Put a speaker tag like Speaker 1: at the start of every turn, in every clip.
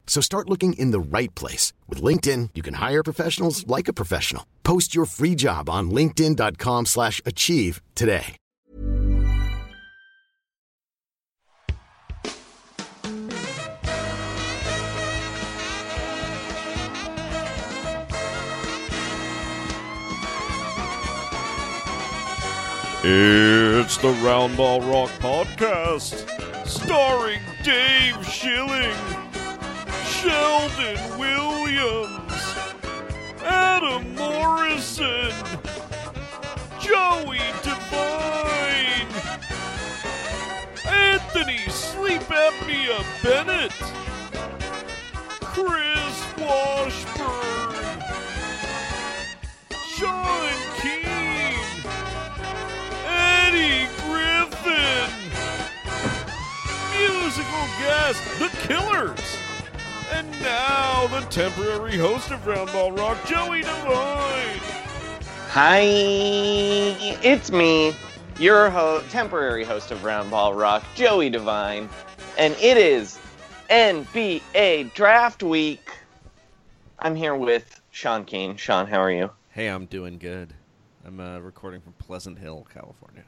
Speaker 1: So start looking in the right place. With LinkedIn, you can hire professionals like a professional. Post your free job on linkedin.com/achieve slash achieve today.
Speaker 2: It's the Roundball Rock Podcast, starring Dave Schilling, Sheldon Williams, Adam Morrison, Joey Devine, Anthony Sleep Apnea Bennett, Chris Washburn, Sean Keane, Eddie Griffin. Musical guest, The Killers. And now, the temporary host of Roundball Rock, Joey Devine.
Speaker 3: Hi, it's me, your ho- temporary host of Roundball Rock, Joey Devine, and it is NBA Draft Week. I'm here with Sean Keane. Sean, how are you?
Speaker 4: Hey, I'm doing good. I'm uh, recording from Pleasant Hill, California,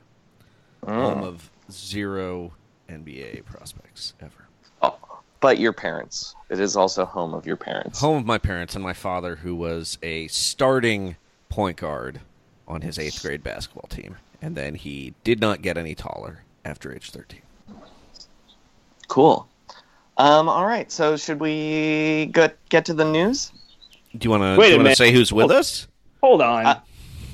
Speaker 5: Oh.
Speaker 3: Mm.
Speaker 4: home of zero NBA prospects ever.
Speaker 3: Oh, but your parents. It is also home of your parents.
Speaker 4: Home of my parents and my father, who was a starting point guard on his eighth grade basketball team, and then he did not get any taller after age 13.
Speaker 3: Cool. Um, all right, so should we get get to the news?
Speaker 4: Do you want
Speaker 5: Wait
Speaker 4: to
Speaker 5: a minute. Oh.
Speaker 4: say who's with us?
Speaker 5: Hold on.
Speaker 3: Uh,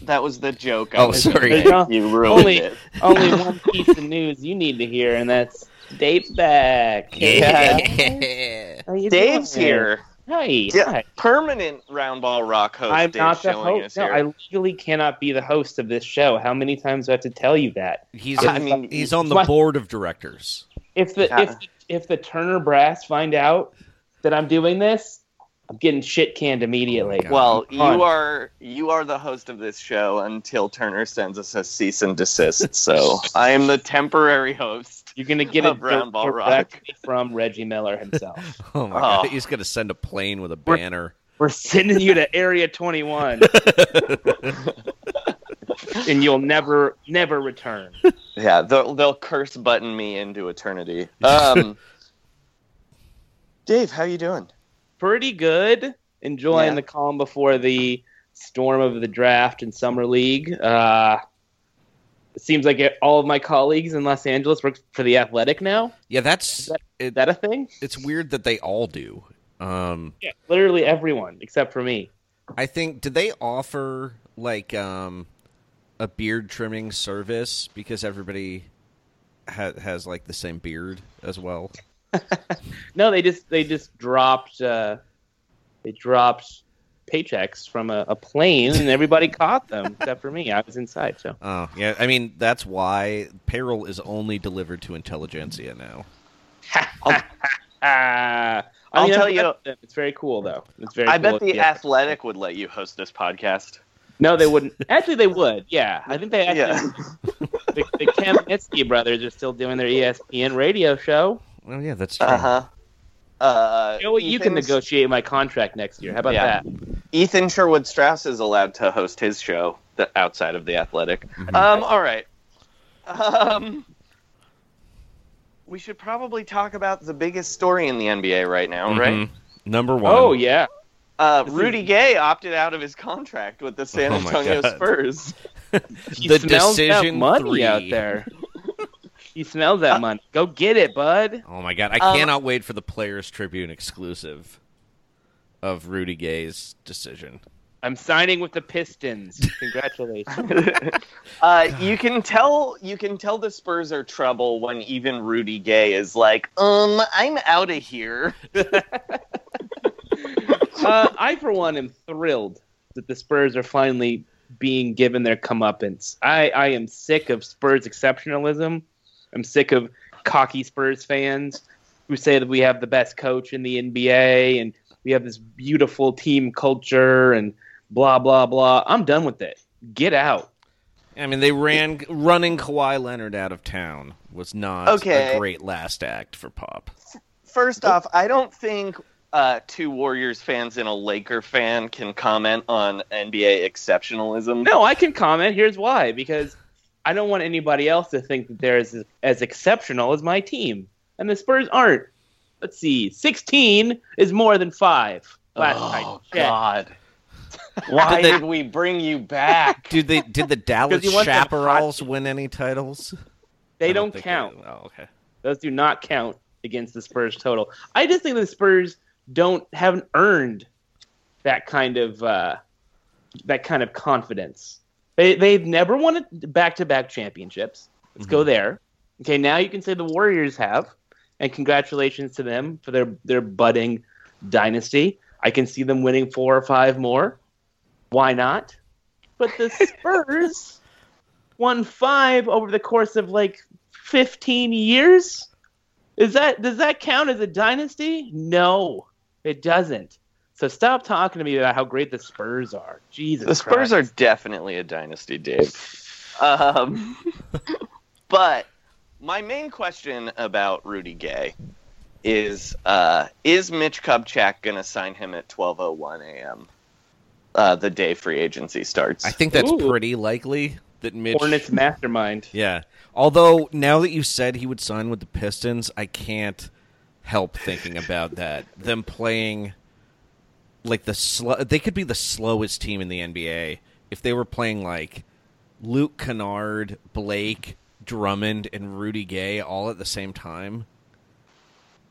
Speaker 3: That was the joke. I
Speaker 4: Oh,
Speaker 3: was-
Speaker 4: sorry.
Speaker 5: There's not-
Speaker 3: You ruined
Speaker 5: only,
Speaker 3: it.
Speaker 5: only one piece of news you need to hear, and that's Dave back.
Speaker 4: Yeah.
Speaker 5: How you
Speaker 3: Dave's
Speaker 5: doing?
Speaker 3: here.
Speaker 5: Hi.
Speaker 3: Yeah,
Speaker 5: Hi.
Speaker 3: permanent Roundball Rock host.
Speaker 5: I'm
Speaker 3: Dave
Speaker 5: not the
Speaker 3: Schilling
Speaker 5: host.
Speaker 3: is
Speaker 5: No,
Speaker 3: here.
Speaker 5: I legally cannot be the host of this show. How many times do I have to tell you that?
Speaker 4: He's,
Speaker 3: I mean,
Speaker 4: he's on the
Speaker 5: what-
Speaker 4: board of directors.
Speaker 5: If the
Speaker 3: Yeah.
Speaker 5: if if the Turner Brass find out that I'm doing this, I'm getting shit canned immediately.
Speaker 4: Oh God.
Speaker 3: Well, you
Speaker 5: Fine.
Speaker 3: are you are the host of this show until Turner sends us a cease and desist. So I am the temporary host.
Speaker 5: You're gonna get
Speaker 3: Oh,
Speaker 5: it
Speaker 3: Brown Ball Rock.
Speaker 5: directly from Reggie Miller himself.
Speaker 4: Oh my
Speaker 3: Oh.
Speaker 4: god, he's gonna send a plane with a
Speaker 5: We're-
Speaker 4: banner.
Speaker 5: We're sending you to Area 21, and you'll never never return.
Speaker 3: Yeah, they'll they'll curse button me into eternity. Um, Dave, how you doing?
Speaker 5: pretty good. Enjoying
Speaker 3: Yeah.
Speaker 5: the calm before the storm of the draft and summer league. Uh, it seems like it, all of my colleagues in Los Angeles work for the Athletic now.
Speaker 4: Yeah, that's it,
Speaker 5: Is that a thing?
Speaker 4: it's weird that they all do. Um,
Speaker 5: Yeah, literally everyone except for me.
Speaker 4: I think did they offer like um, a beard trimming service because everybody ha- has like the same beard as well.
Speaker 5: No, they just they just dropped uh, they dropped paychecks from a, a plane, and everybody caught them except for me. I was inside, so
Speaker 4: Oh yeah, I mean that's why payroll is only delivered to intelligentsia now.
Speaker 5: ah.
Speaker 3: I'll
Speaker 5: I mean,
Speaker 3: tell
Speaker 5: I'm-
Speaker 3: you-
Speaker 5: it's very cool though. It's very.
Speaker 3: I
Speaker 5: cool
Speaker 3: bet
Speaker 5: if
Speaker 3: the
Speaker 5: you-
Speaker 3: Athletic would let you host this podcast.
Speaker 5: No, they wouldn't. Actually, they would. Yeah, I think they actually
Speaker 3: Yeah,
Speaker 5: the, the Kamenetsky brothers are still doing their E ESPN radio show.
Speaker 4: Oh yeah, that's true.
Speaker 3: Uh huh. Uh,
Speaker 5: Joey, you can
Speaker 3: Ethan's-
Speaker 5: negotiate my contract next year. How about
Speaker 3: Yeah.
Speaker 5: that?
Speaker 3: Ethan Sherwood Strauss is allowed to host his show the, outside of the Athletic.
Speaker 4: Mm-hmm.
Speaker 3: Um, all right. Um, we should probably talk about the biggest story in the NBA right now,
Speaker 4: Mm-hmm.
Speaker 3: right?
Speaker 4: Number one.
Speaker 5: Oh yeah,
Speaker 3: Uh, Rudy Gay opted out of his contract with the San
Speaker 4: Oh my
Speaker 3: Antonio
Speaker 4: God.
Speaker 3: Spurs.
Speaker 5: he
Speaker 4: The
Speaker 5: smells that
Speaker 4: decision
Speaker 5: money
Speaker 4: three. Uh,
Speaker 5: out there. he smells that money. Go get it, bud.
Speaker 4: Oh my god, I
Speaker 3: Um,
Speaker 4: cannot wait for the Players Tribune exclusive of Rudy Gay's decision.
Speaker 5: I'm signing with the Pistons. Congratulations.
Speaker 3: Uh, you can tell you can tell the Spurs are trouble when even Rudy Gay is like, um, I'm out of here.
Speaker 5: uh, I, for one, am thrilled that the Spurs are finally being given their comeuppance. I, I am sick of Spurs exceptionalism. I'm sick of cocky Spurs fans who say that we have the best coach in the NBA and we have this beautiful team culture and blah, blah, blah. I'm done with it. Get out.
Speaker 4: I mean, they ran running Kawhi Leonard out of town was not
Speaker 3: Okay.
Speaker 4: a great last act for Pop.
Speaker 3: First off, I don't think uh, two Warriors fans and a Laker fan can comment on NBA exceptionalism.
Speaker 5: No, I can comment. Here's why because I don't want anybody else to think that they're as, as exceptional as my team. And the Spurs aren't. Let's see. 16 is more than five. Last
Speaker 3: oh
Speaker 5: night.
Speaker 3: God, why
Speaker 4: Did they-
Speaker 3: did we bring you back?
Speaker 4: Did they? Did the Dallas
Speaker 5: he wants them hot
Speaker 4: Chaparrals win any titles?
Speaker 5: They
Speaker 4: I
Speaker 5: don't,
Speaker 4: think
Speaker 5: count.
Speaker 4: oh, okay.
Speaker 5: Those do not count against the Spurs total. I just think the Spurs don't haven't earned that kind of uh, that kind of confidence. They they've never won back to back championships. Let's
Speaker 3: Mm-hmm.
Speaker 5: go there. Okay, now you can say the Warriors have, and congratulations to them for their their budding dynasty. I can see them winning four or five more. Why not? But the Spurs won five over the course of like 15 years? Is that does that count as a dynasty? No, it doesn't. So stop talking to me about how great the Spurs are. Jesus,
Speaker 3: The Spurs are
Speaker 5: Christ.
Speaker 3: definitely a dynasty, Dave. Um, but my main question about Rudy Gay is: uh, Is Mitch Kupchak going to sign him at twelve oh one a.m. Uh, the day free agency starts?
Speaker 4: I think that's
Speaker 5: Ooh.
Speaker 4: pretty likely that Mitch.
Speaker 5: Hornets mastermind.
Speaker 4: Yeah. Although now that you said he would sign with the Pistons, I can't help thinking about that. Them playing like the slow they could be the slowest team in the NBA if they were playing like Luke Kennard, Blake, Drummond, and Rudy Gay all at the same time.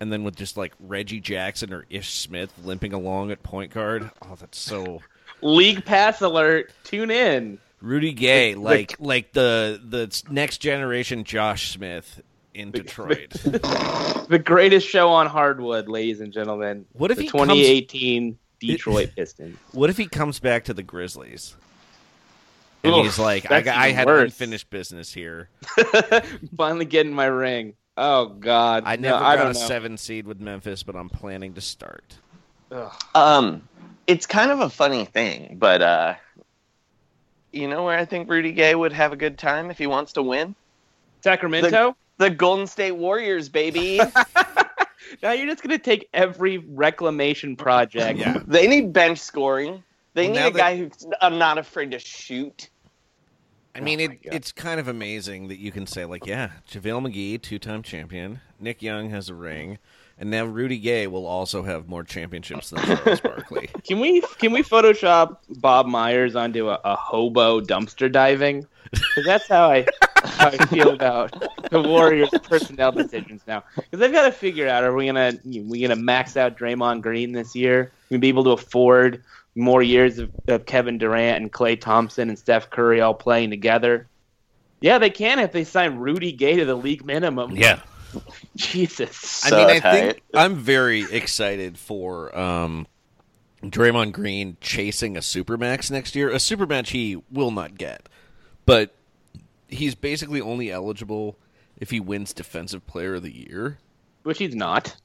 Speaker 4: And then with just like Reggie Jackson or Ish Smith limping along at point guard. Oh, that's so
Speaker 5: League pass alert. Tune in.
Speaker 4: Rudy Gay, like like the the next generation Josh Smith in Detroit.
Speaker 5: The greatest show on hardwood, ladies and gentlemen.
Speaker 4: What if
Speaker 5: the
Speaker 4: he comes-
Speaker 5: 2018 Detroit Pistons?
Speaker 4: what if he comes back to the Grizzlies? And
Speaker 5: Ugh,
Speaker 4: he's like, I,
Speaker 5: that's
Speaker 4: got- I
Speaker 5: even
Speaker 4: had
Speaker 5: worse.
Speaker 4: unfinished business here.
Speaker 5: Finally getting my ring. Oh God!
Speaker 4: I
Speaker 5: No,
Speaker 4: never
Speaker 5: I
Speaker 4: got
Speaker 5: don't
Speaker 4: a
Speaker 5: know.
Speaker 4: seven seed with Memphis, but I'm planning to start.
Speaker 3: Um, it's kind of a funny thing, but uh, you know where I think Rudy Gay would have a good time if he wants to win?
Speaker 5: Sacramento.
Speaker 3: The Golden State Warriors, baby.
Speaker 5: Now you're just gonna take every reclamation project.
Speaker 4: Yeah.
Speaker 3: they need bench scoring. They
Speaker 4: Well,
Speaker 3: need
Speaker 4: now
Speaker 3: a
Speaker 4: that-
Speaker 3: guy who's uh, not afraid to shoot.
Speaker 5: Oh
Speaker 4: I mean, it, it's kind of amazing that you can say, like, yeah, JaVale McGee, two time champion. Nick Young has a ring. And now Rudy Gay will also have more championships than Charles Barkley.
Speaker 5: Can we can we Photoshop Bob Myers onto a, a hobo dumpster diving? 'Cause that's how I how I feel about the Warriors' personnel decisions now. Because they've got to figure out: are we gonna we gonna max out Draymond Green this year? We be able to afford more years of, of Kevin Durant and Clay Thompson and Steph Curry all playing together? Yeah, they can if they sign Rudy Gay to the league minimum. Jesus.
Speaker 4: I mean, I
Speaker 3: tight.
Speaker 4: think I'm very excited for um, Draymond Green chasing a supermax next year. A supermax he will not get, but he's basically only eligible if he wins Defensive Player of the Year.
Speaker 5: Which he's not.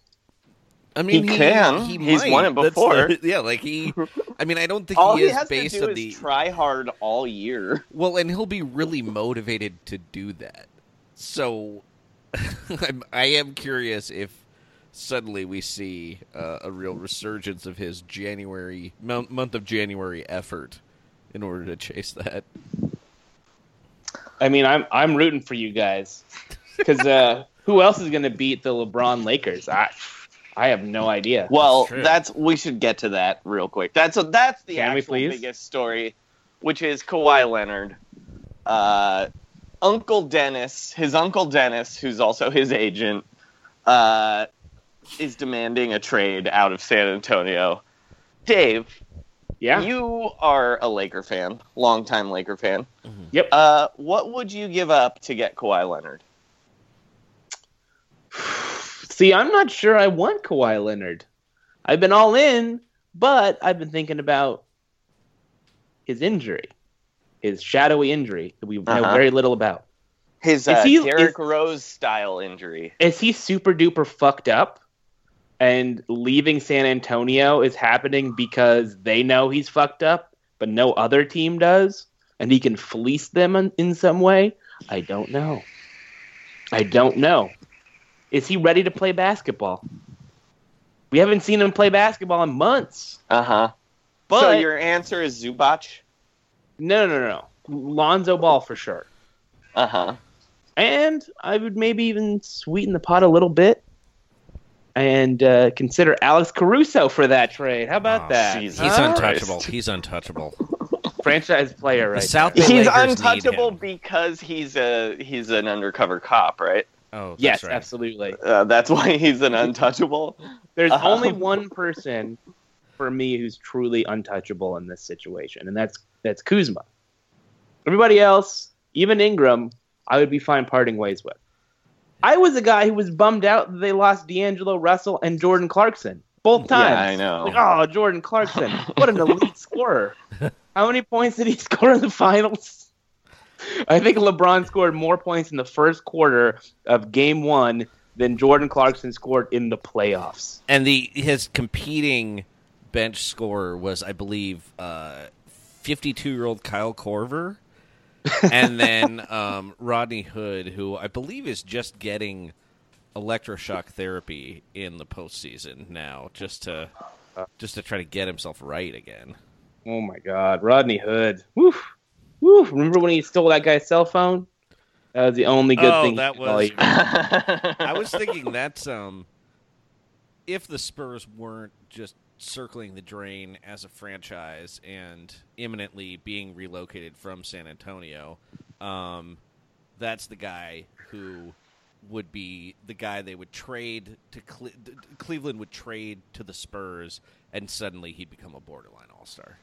Speaker 4: I mean,
Speaker 3: He can.
Speaker 4: He
Speaker 3: He's
Speaker 4: might.
Speaker 3: won it
Speaker 4: That's
Speaker 3: before.
Speaker 4: the- yeah, like he. I mean, I don't think
Speaker 3: All
Speaker 4: he
Speaker 3: he,
Speaker 4: is
Speaker 3: has to
Speaker 4: based
Speaker 3: do
Speaker 4: on
Speaker 3: is
Speaker 4: the
Speaker 3: try hard all year.
Speaker 4: well, and he'll be really motivated to do that. So, I'm, I am curious if suddenly we see uh, a real resurgence of his January mon- month of January effort in order to chase that.
Speaker 5: I mean, I'm I'm rooting for you guys because uh, who else is going to beat the LeBron Lakers? I I have no idea.
Speaker 3: Well,
Speaker 4: true.
Speaker 3: that's, we should get to that real quick. That's a, that's the
Speaker 5: Can we
Speaker 3: actual
Speaker 5: please?
Speaker 3: biggest story, which is Kawhi Leonard, uh, Uncle Dennis, his uncle Dennis, who's also his agent, uh, is demanding a trade out of San Antonio. Dave,
Speaker 5: yeah.
Speaker 3: you are a Laker fan, longtime Laker fan.
Speaker 5: Yep.
Speaker 3: Uh, what would you give up to get Kawhi Leonard?
Speaker 5: See, I'm not sure I want Kawhi Leonard. I've been all in, but I've been thinking about his injury, his shadowy injury that we know
Speaker 3: Uh-huh.
Speaker 5: very little about.
Speaker 3: His
Speaker 5: Is
Speaker 3: uh,
Speaker 5: he-
Speaker 3: Derrick
Speaker 5: is-
Speaker 3: Rose style injury.
Speaker 5: Is he super duper fucked up? And leaving San Antonio is happening because they know he's fucked up, but no other team does, and he can fleece them in, in some way. I don't know. I don't know. Is he ready to play basketball? We haven't seen him play basketball in months.
Speaker 3: Uh huh.
Speaker 5: But
Speaker 3: so your answer is Zubac.
Speaker 5: no, no, no, no. Lonzo Ball for sure.
Speaker 3: Uh huh.
Speaker 5: And I would maybe even sweeten the pot a little bit and uh, consider Alex Caruso for that trade. How about
Speaker 4: Oh,
Speaker 5: that?
Speaker 3: Jesus
Speaker 4: He's
Speaker 3: Christ.
Speaker 4: untouchable. He's untouchable.
Speaker 5: Franchise player right
Speaker 4: The South
Speaker 5: there.
Speaker 4: Bay
Speaker 3: He's
Speaker 4: Lakers need
Speaker 3: untouchable
Speaker 4: him.
Speaker 3: because he's a he's an undercover cop, right?
Speaker 4: Oh, that's
Speaker 5: Yes,
Speaker 4: right.
Speaker 5: absolutely.
Speaker 3: Uh, that's why he's an untouchable.
Speaker 5: There's
Speaker 3: Uh-huh.
Speaker 5: only one person for me who's truly untouchable in this situation, and that's that's Kuzma. Everybody else, even Ingram, I would be fine parting ways with. I was a guy who was bummed out that they lost D'Angelo Russell and Jordan Clarkson both
Speaker 3: Yeah,
Speaker 5: times.
Speaker 3: I know.
Speaker 5: Like, oh, Jordan Clarkson, what an elite scorer! How many points did he score in the finals? I think LeBron scored more points in the first quarter of Game One than Jordan Clarkson scored in the playoffs.
Speaker 4: and the his competing bench scorer was, I believe, fifty-two year old Kyle Corver, and then um, Rodney Hood, who I believe is just getting electroshock therapy in the postseason now, just to just to try to get himself right again.
Speaker 5: Oh my God, Rodney Hood. Woof, woof. Remember when he stole that guy's cell phone? That was the only good
Speaker 4: oh,
Speaker 5: thing. he
Speaker 4: that
Speaker 5: did all
Speaker 4: was.
Speaker 5: year.
Speaker 4: I was thinking that's um, if the Spurs weren't just circling the drain as a franchise and imminently being relocated from San Antonio, um, that's the guy who would be the guy they would trade to Cle- th- th- Cleveland would trade to the Spurs, and suddenly he'd become a borderline All Star.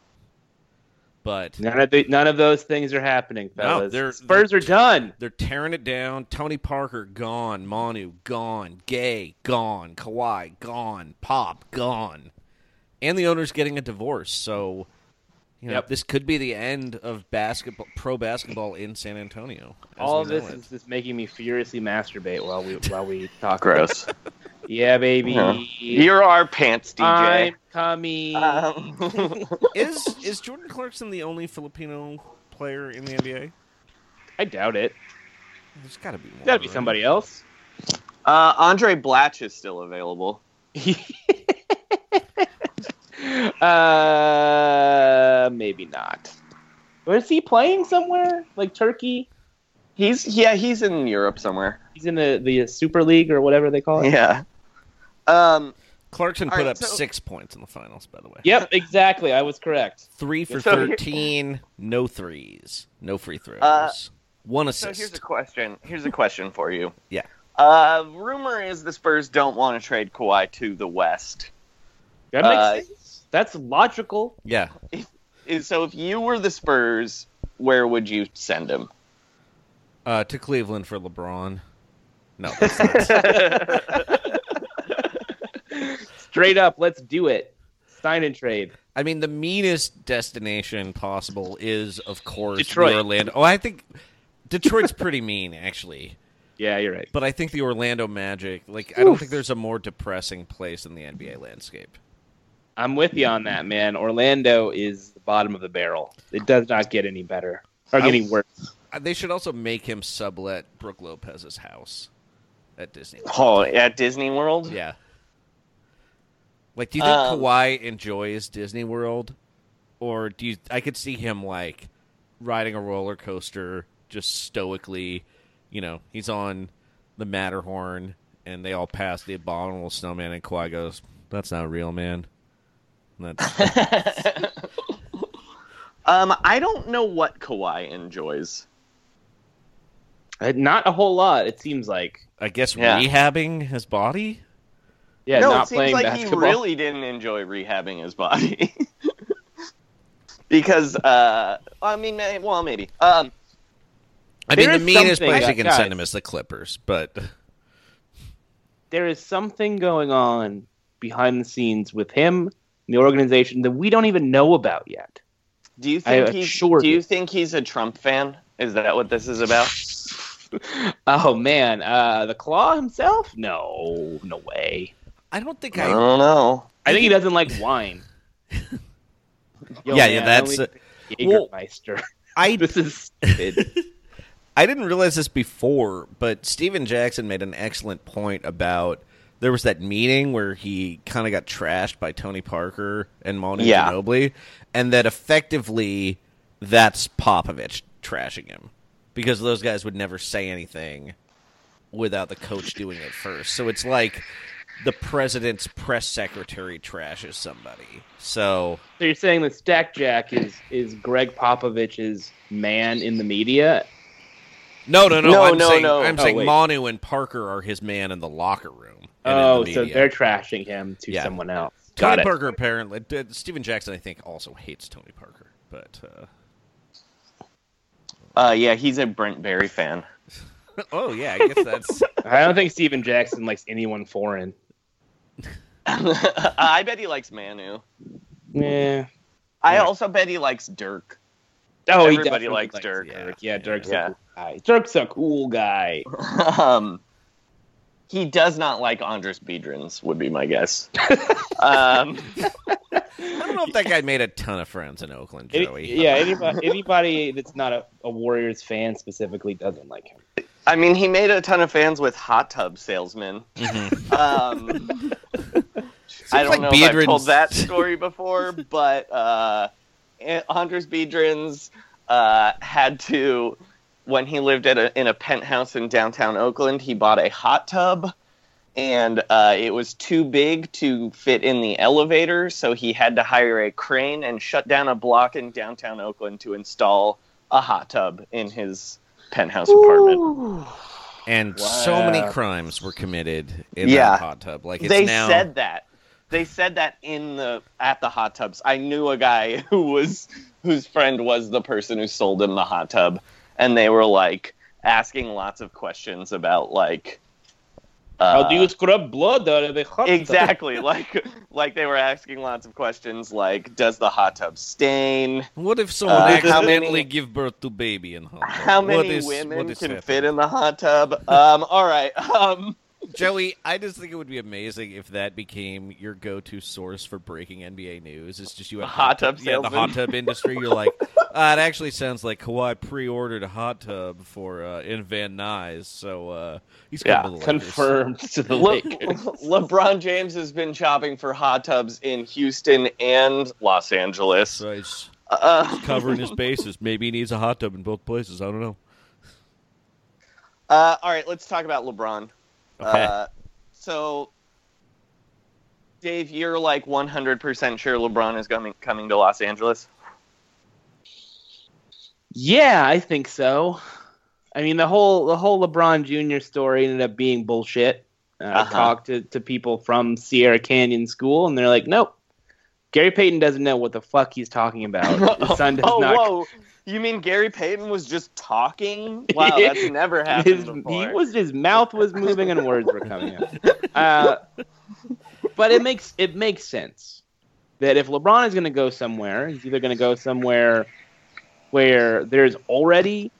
Speaker 4: But
Speaker 5: None of the, none of those things are happening, fellas.
Speaker 4: they're-
Speaker 5: Spurs are done.
Speaker 4: They're tearing it down. Tony Parker gone. Manu gone. Gay gone. Kawhi gone. Pop gone. And the owner's getting a divorce. So, you know,
Speaker 5: Yep.
Speaker 4: this could be the end of basketball, pro basketball in San Antonio. as
Speaker 5: All
Speaker 4: we
Speaker 5: of this
Speaker 4: know
Speaker 5: is
Speaker 4: it.
Speaker 5: just making me furiously masturbate while we while we talk.
Speaker 3: Gross.
Speaker 5: Yeah, baby.
Speaker 3: Yeah. You're our pants DJ.
Speaker 5: I'm coming.
Speaker 3: Um,
Speaker 4: is is Jordan Clarkson the only Filipino player in the NBA?
Speaker 5: I doubt it.
Speaker 4: There's got to be more.
Speaker 5: Got to be
Speaker 4: right?
Speaker 5: somebody else.
Speaker 3: uh, Andre Blatch is still available.
Speaker 5: uh, maybe not. Or is he playing somewhere like Turkey?
Speaker 3: He's yeah, he's in Europe somewhere.
Speaker 5: He's in the the Super League or whatever they call it.
Speaker 3: Yeah. Um,
Speaker 4: Clarkson
Speaker 3: All
Speaker 4: put
Speaker 3: right,
Speaker 4: up
Speaker 3: so-
Speaker 4: six points in the finals, by the way.
Speaker 5: Yep, exactly. I was correct.
Speaker 4: Three for
Speaker 3: So here-
Speaker 4: 13. No threes. No free throws.
Speaker 3: Uh,
Speaker 4: One
Speaker 3: so
Speaker 4: assist.
Speaker 3: here's a question. Here's a question for you.
Speaker 4: Yeah.
Speaker 3: Uh, rumor is the Spurs don't want to trade Kawhi to the West.
Speaker 5: That makes
Speaker 3: Uh,
Speaker 5: sense. That's logical.
Speaker 4: yeah.
Speaker 3: Is- so if you were the Spurs, where would you send him?
Speaker 4: Uh, to Cleveland for LeBron. No, that's not.
Speaker 5: Straight up, let's do it. Sign and trade.
Speaker 4: I mean, the meanest destination possible is, of course,
Speaker 5: Detroit.
Speaker 4: New Orlando. Oh, I think Detroit's pretty mean, actually.
Speaker 5: Yeah, you're right.
Speaker 4: But I think the Orlando Magic, like, I don't think there's a more depressing place in the NBA landscape.
Speaker 5: I'm with you on that, man. Orlando is the bottom of the barrel. It does not get any better or get any worse.
Speaker 4: Uh, They should also make him sublet Brooke Lopez's house at Disney.
Speaker 3: Oh, at Disney World?
Speaker 4: Yeah. Like, do you think
Speaker 3: Um,
Speaker 4: Kawhi enjoys Disney World, or do you? I could see him like riding a roller coaster, just stoically. You know, he's on the Matterhorn, and they all pass the abominable snowman, and Kawhi goes, "That's not real, man." And That's,
Speaker 3: Um, I don't know what Kawhi enjoys.
Speaker 5: Uh, Not a whole lot, it seems like.
Speaker 4: I guess
Speaker 3: Yeah.
Speaker 4: rehabbing his body.
Speaker 5: Yeah,
Speaker 3: no,
Speaker 5: not
Speaker 3: it seems
Speaker 5: playing
Speaker 3: like
Speaker 5: basketball.
Speaker 3: he really didn't enjoy rehabbing his body. because, uh, I mean, eh, well, maybe. Um,
Speaker 4: I
Speaker 5: There
Speaker 4: mean, the
Speaker 5: is
Speaker 4: meanest
Speaker 5: something-
Speaker 4: place you
Speaker 5: Yeah,
Speaker 4: can
Speaker 5: guys.
Speaker 4: send him is the Clippers, but
Speaker 5: There is something going on behind the scenes with him and the organization that we don't even know about yet.
Speaker 3: do you
Speaker 5: I
Speaker 3: think he's
Speaker 5: assured
Speaker 3: do you
Speaker 5: you.
Speaker 3: think he's a Trump fan? Is that what this is about?
Speaker 5: Oh man, uh, the Claw himself? No, no way.
Speaker 4: I don't think
Speaker 3: I
Speaker 4: I.
Speaker 3: don't know.
Speaker 5: I think he doesn't like wine. Yo,
Speaker 4: yeah,
Speaker 5: man,
Speaker 4: yeah,
Speaker 5: I
Speaker 4: that's.
Speaker 5: only-
Speaker 4: well-
Speaker 5: Jägermeister.
Speaker 4: I
Speaker 5: this is stupid.
Speaker 4: I didn't realize this before, but Steven Jackson made an excellent point about there was that meeting where he kind of got trashed by Tony Parker and Mona
Speaker 3: Yeah.
Speaker 4: Ginobili, and that effectively that's Popovich trashing him because those guys would never say anything without the coach doing it first. So it's like the president's press secretary trashes somebody. So
Speaker 5: so you're saying that Stack Jack is is Greg Popovich's man in the media?
Speaker 4: no, no, no,
Speaker 3: No,
Speaker 4: I'm
Speaker 3: no,
Speaker 4: saying,
Speaker 3: no.
Speaker 4: I'm
Speaker 5: Oh,
Speaker 4: saying
Speaker 5: wait.
Speaker 4: Manu and Parker are his man in the locker room. and in the
Speaker 5: oh, so
Speaker 4: media.
Speaker 5: they're trashing him to
Speaker 4: Yeah.
Speaker 5: someone else.
Speaker 4: Tony
Speaker 5: Got it.
Speaker 4: Parker apparently. uh, Steven Jackson, I think, also hates Tony Parker. But uh,
Speaker 3: Uh, yeah, he's a Brent Berry fan.
Speaker 4: oh yeah, I guess that's
Speaker 5: I don't think Steven Jackson likes anyone foreign.
Speaker 3: I bet he likes Manu.
Speaker 5: Yeah.
Speaker 3: I
Speaker 5: Yeah.
Speaker 3: also bet he likes Dirk.
Speaker 5: Oh,
Speaker 3: Everybody
Speaker 5: he definitely
Speaker 3: likes Dirk.
Speaker 5: Yeah, Dirk's
Speaker 3: Yeah.
Speaker 5: a cool guy. Dirk's a cool guy.
Speaker 3: um, he does not like Andres Biedrins, would be my guess. um,
Speaker 4: I don't know if that guy made a ton of friends in Oakland,
Speaker 5: Any-
Speaker 4: Joey.
Speaker 5: yeah, anybody, anybody that's not a, a Warriors fan specifically doesn't like him.
Speaker 3: I mean, he made a ton of fans with hot tub salesmen. Um, I don't
Speaker 4: Mm-hmm. like
Speaker 3: know if I've
Speaker 4: Biedrin's-
Speaker 3: told that story before, but uh, An- Andres Biedrins uh, had to, when he lived at a, in a penthouse in downtown Oakland, he bought a hot tub. And uh, it was too big to fit in the elevator, so he had to hire a crane and shut down a block in downtown Oakland to install a hot tub in his penthouse apartment.
Speaker 4: And so many crimes were committed in
Speaker 3: Yeah.
Speaker 4: that hot tub. Like it's
Speaker 3: they
Speaker 4: now,
Speaker 3: said that they said that in the at the hot tubs i knew a guy who was whose friend was the person who sold him the hot tub and they were like asking lots of questions about like
Speaker 5: How do you scrub blood out of a hot tub?
Speaker 3: exactly like like they were asking lots of questions like does the hot tub stain
Speaker 4: What if someone
Speaker 3: Uh, how
Speaker 4: accidentally
Speaker 3: many-
Speaker 4: give birth to baby in hot tub?
Speaker 3: how
Speaker 4: What
Speaker 3: many
Speaker 4: is-
Speaker 3: women
Speaker 4: what is
Speaker 3: can fit
Speaker 4: happening?
Speaker 3: in the hot tub um all right um
Speaker 4: Joey, I just think it would be amazing if that became your go-to source for breaking NBA news. It's just you at
Speaker 3: Hot tub
Speaker 4: yeah, the
Speaker 3: salesman.
Speaker 4: hot tub industry. You're like, uh, it actually sounds like Kawhi pre-ordered a hot tub for uh, in Van Nuys, so uh, he's
Speaker 3: Yeah,
Speaker 4: coming to the Lakers.
Speaker 5: confirmed to the
Speaker 3: Le-
Speaker 5: Lakers.
Speaker 3: LeBron James has been shopping for hot tubs in Houston and Los Angeles.
Speaker 4: So he's
Speaker 3: Uh,
Speaker 4: covering his bases. Maybe he needs a hot tub in both places. I don't know.
Speaker 3: Uh, all right, let's talk about LeBron.
Speaker 4: Okay.
Speaker 3: Uh, so, Dave, you're like 100% sure LeBron is coming coming to Los Angeles.
Speaker 5: Yeah, I think so. I mean, the whole the whole LeBron Jr. story ended up being bullshit. Uh,
Speaker 3: Uh-huh.
Speaker 5: I talked to, to people from Sierra Canyon School, and they're like, "Nope, Gary Payton doesn't know what the fuck he's talking about. His son does
Speaker 3: oh,
Speaker 5: not.
Speaker 3: whoa. You mean Gary Payton was just talking? Wow, that's never happened
Speaker 5: His,
Speaker 3: before.
Speaker 5: he was his mouth was moving and words were coming out. Uh, but it makes it makes sense that if LeBron is going to go somewhere, he's either going to go somewhere where there's already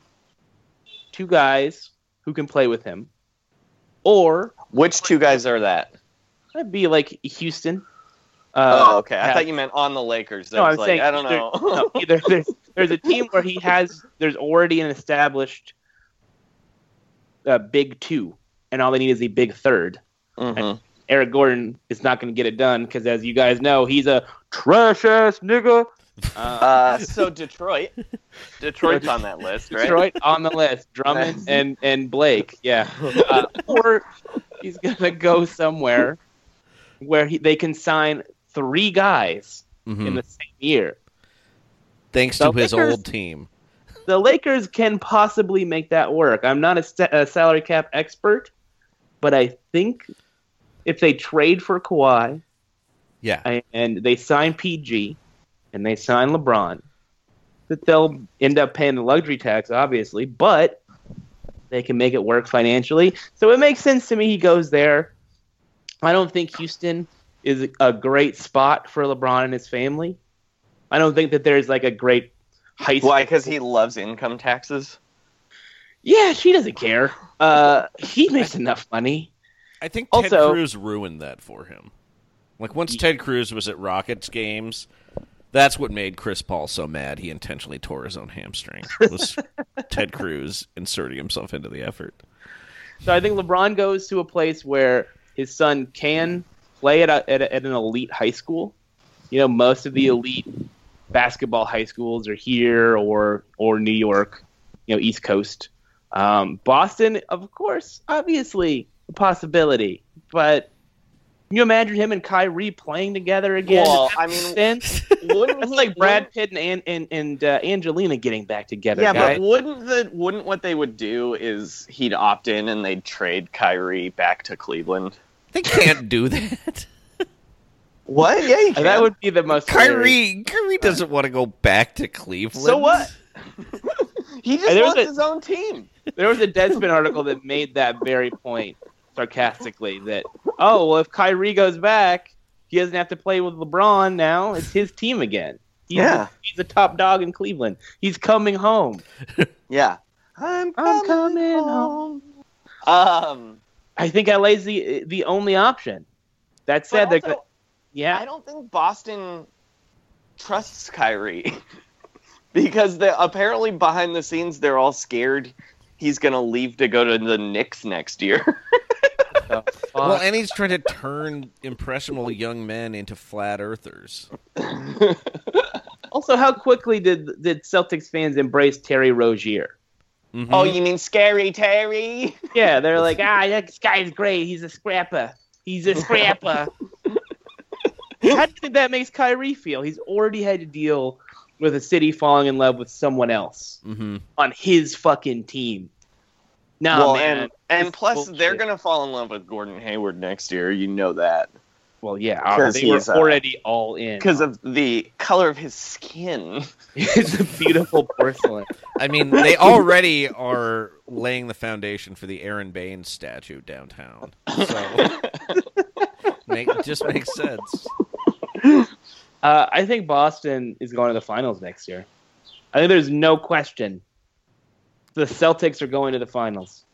Speaker 5: two guys who who can play with him, or
Speaker 3: Which two guys are that?
Speaker 5: that'd be like Houston. uh,
Speaker 3: oh, okay. I
Speaker 5: yeah.
Speaker 3: thought you meant on the Lakers.
Speaker 5: No,
Speaker 3: I
Speaker 5: I'm
Speaker 3: was like,
Speaker 5: saying
Speaker 3: I don't
Speaker 5: there-
Speaker 3: know.
Speaker 5: no, either there's, there's a team where he has there's already an established uh, big two, and all they need is a big third.
Speaker 3: Mhm.
Speaker 5: Eric Gordon is not going to get it done because, as you guys know, he's a trash ass nigga. Uh,
Speaker 3: Uh, so Detroit, Detroit's on that list, right?
Speaker 5: Detroit on the list, Drummond and and Blake, yeah. Uh, or he's gonna go somewhere where he, they can sign three guys in
Speaker 3: Hmm.
Speaker 4: Mhm.
Speaker 5: the same year.
Speaker 4: Thanks to
Speaker 5: the
Speaker 4: his
Speaker 5: Lakers-
Speaker 4: old team.
Speaker 5: the Lakers can possibly make that work. I'm not a, st- a salary cap expert, but I think if they trade for Kawhi
Speaker 4: Yeah.
Speaker 5: and- and they sign PG and they sign LeBron, that they'll end up paying the luxury tax, obviously, but they can make it work financially. So it makes sense to me he goes there. I don't think Houston is a great spot for LeBron and his family. I don't think that there's like a great high school.
Speaker 3: Why? Because he loves income taxes.
Speaker 5: Yeah, she doesn't care. Uh, he makes enough money.
Speaker 4: I think Ted
Speaker 5: Also-
Speaker 4: Cruz ruined that for him. Like once Ted Cruz was at Rockets games, that's what made Chris Paul so mad. He intentionally tore his own hamstring. Was Ted Cruz inserting himself into the effort?
Speaker 5: So I think LeBron goes to a place where his son can play at, a, at, a, at an elite high school. You know, most of the elite basketball high schools are here or or New York, you know, East Coast. Um, Boston, of course, obviously a possibility, but can you imagine him and Kyrie playing together again?
Speaker 3: Well,
Speaker 5: Does that
Speaker 3: I
Speaker 5: make
Speaker 3: mean,
Speaker 5: sense?
Speaker 3: Wouldn't
Speaker 5: that's
Speaker 3: he-
Speaker 5: like Brad Pitt and and and, and uh, Angelina getting back together.
Speaker 3: Yeah,
Speaker 5: guys.
Speaker 3: but wouldn't the wouldn't what they would do is he'd opt in and they'd trade Kyrie back to Cleveland?
Speaker 4: They can't do that.
Speaker 3: What? Yeah, you
Speaker 5: Uh, That would be the most hilarious.
Speaker 4: Kyrie, Kyrie doesn't want to go back to Cleveland.
Speaker 3: So what? he just
Speaker 5: And there was
Speaker 3: wants
Speaker 5: a-
Speaker 3: his own team.
Speaker 5: There was a Deadspin article that made that very point sarcastically that oh well if Kyrie goes back he doesn't have to play with LeBron now it's his team again. He's,
Speaker 3: Yeah.
Speaker 5: he's a top dog in Cleveland. He's coming home.
Speaker 3: Yeah. I'm
Speaker 5: I'm coming home.
Speaker 3: Um,
Speaker 5: I think LA's the the only option. That
Speaker 3: but
Speaker 5: said, they're
Speaker 3: also,
Speaker 5: go- yeah,
Speaker 3: I don't think Boston trusts Kyrie because they apparently behind the scenes they're all scared he's gonna leave to go to the Knicks next
Speaker 5: Mm-hmm.
Speaker 3: year.
Speaker 4: Well, and he's trying to turn impressionable young men into flat earthers.
Speaker 5: also how quickly did did Celtics fans embrace Terry Rozier?
Speaker 4: Mhm.
Speaker 3: oh, you mean scary Terry?
Speaker 5: Yeah, they're like, ah, this guy's great. He's a scrapper. He's a scrapper. How do you think that makes Kyrie feel? He's already had to deal with a city falling in love with someone else
Speaker 4: Mhm.
Speaker 5: on his fucking team. Nah,
Speaker 3: well,
Speaker 5: Oh, man.
Speaker 3: and and
Speaker 5: This
Speaker 3: plus
Speaker 5: bullshit.
Speaker 3: they're gonna fall in love with Gordon Hayward next year. You know that
Speaker 5: well, yeah,
Speaker 3: 'Cause
Speaker 5: they were
Speaker 3: he's, uh,
Speaker 5: already all in
Speaker 3: because of the color of his skin.
Speaker 5: it's a beautiful porcelain.
Speaker 4: I mean, they already are laying the foundation for the Aaron Baines statue downtown. So make, just makes sense.
Speaker 5: Uh, I think Boston is going to the finals next year. I think there's no question. The Celtics are going to the finals.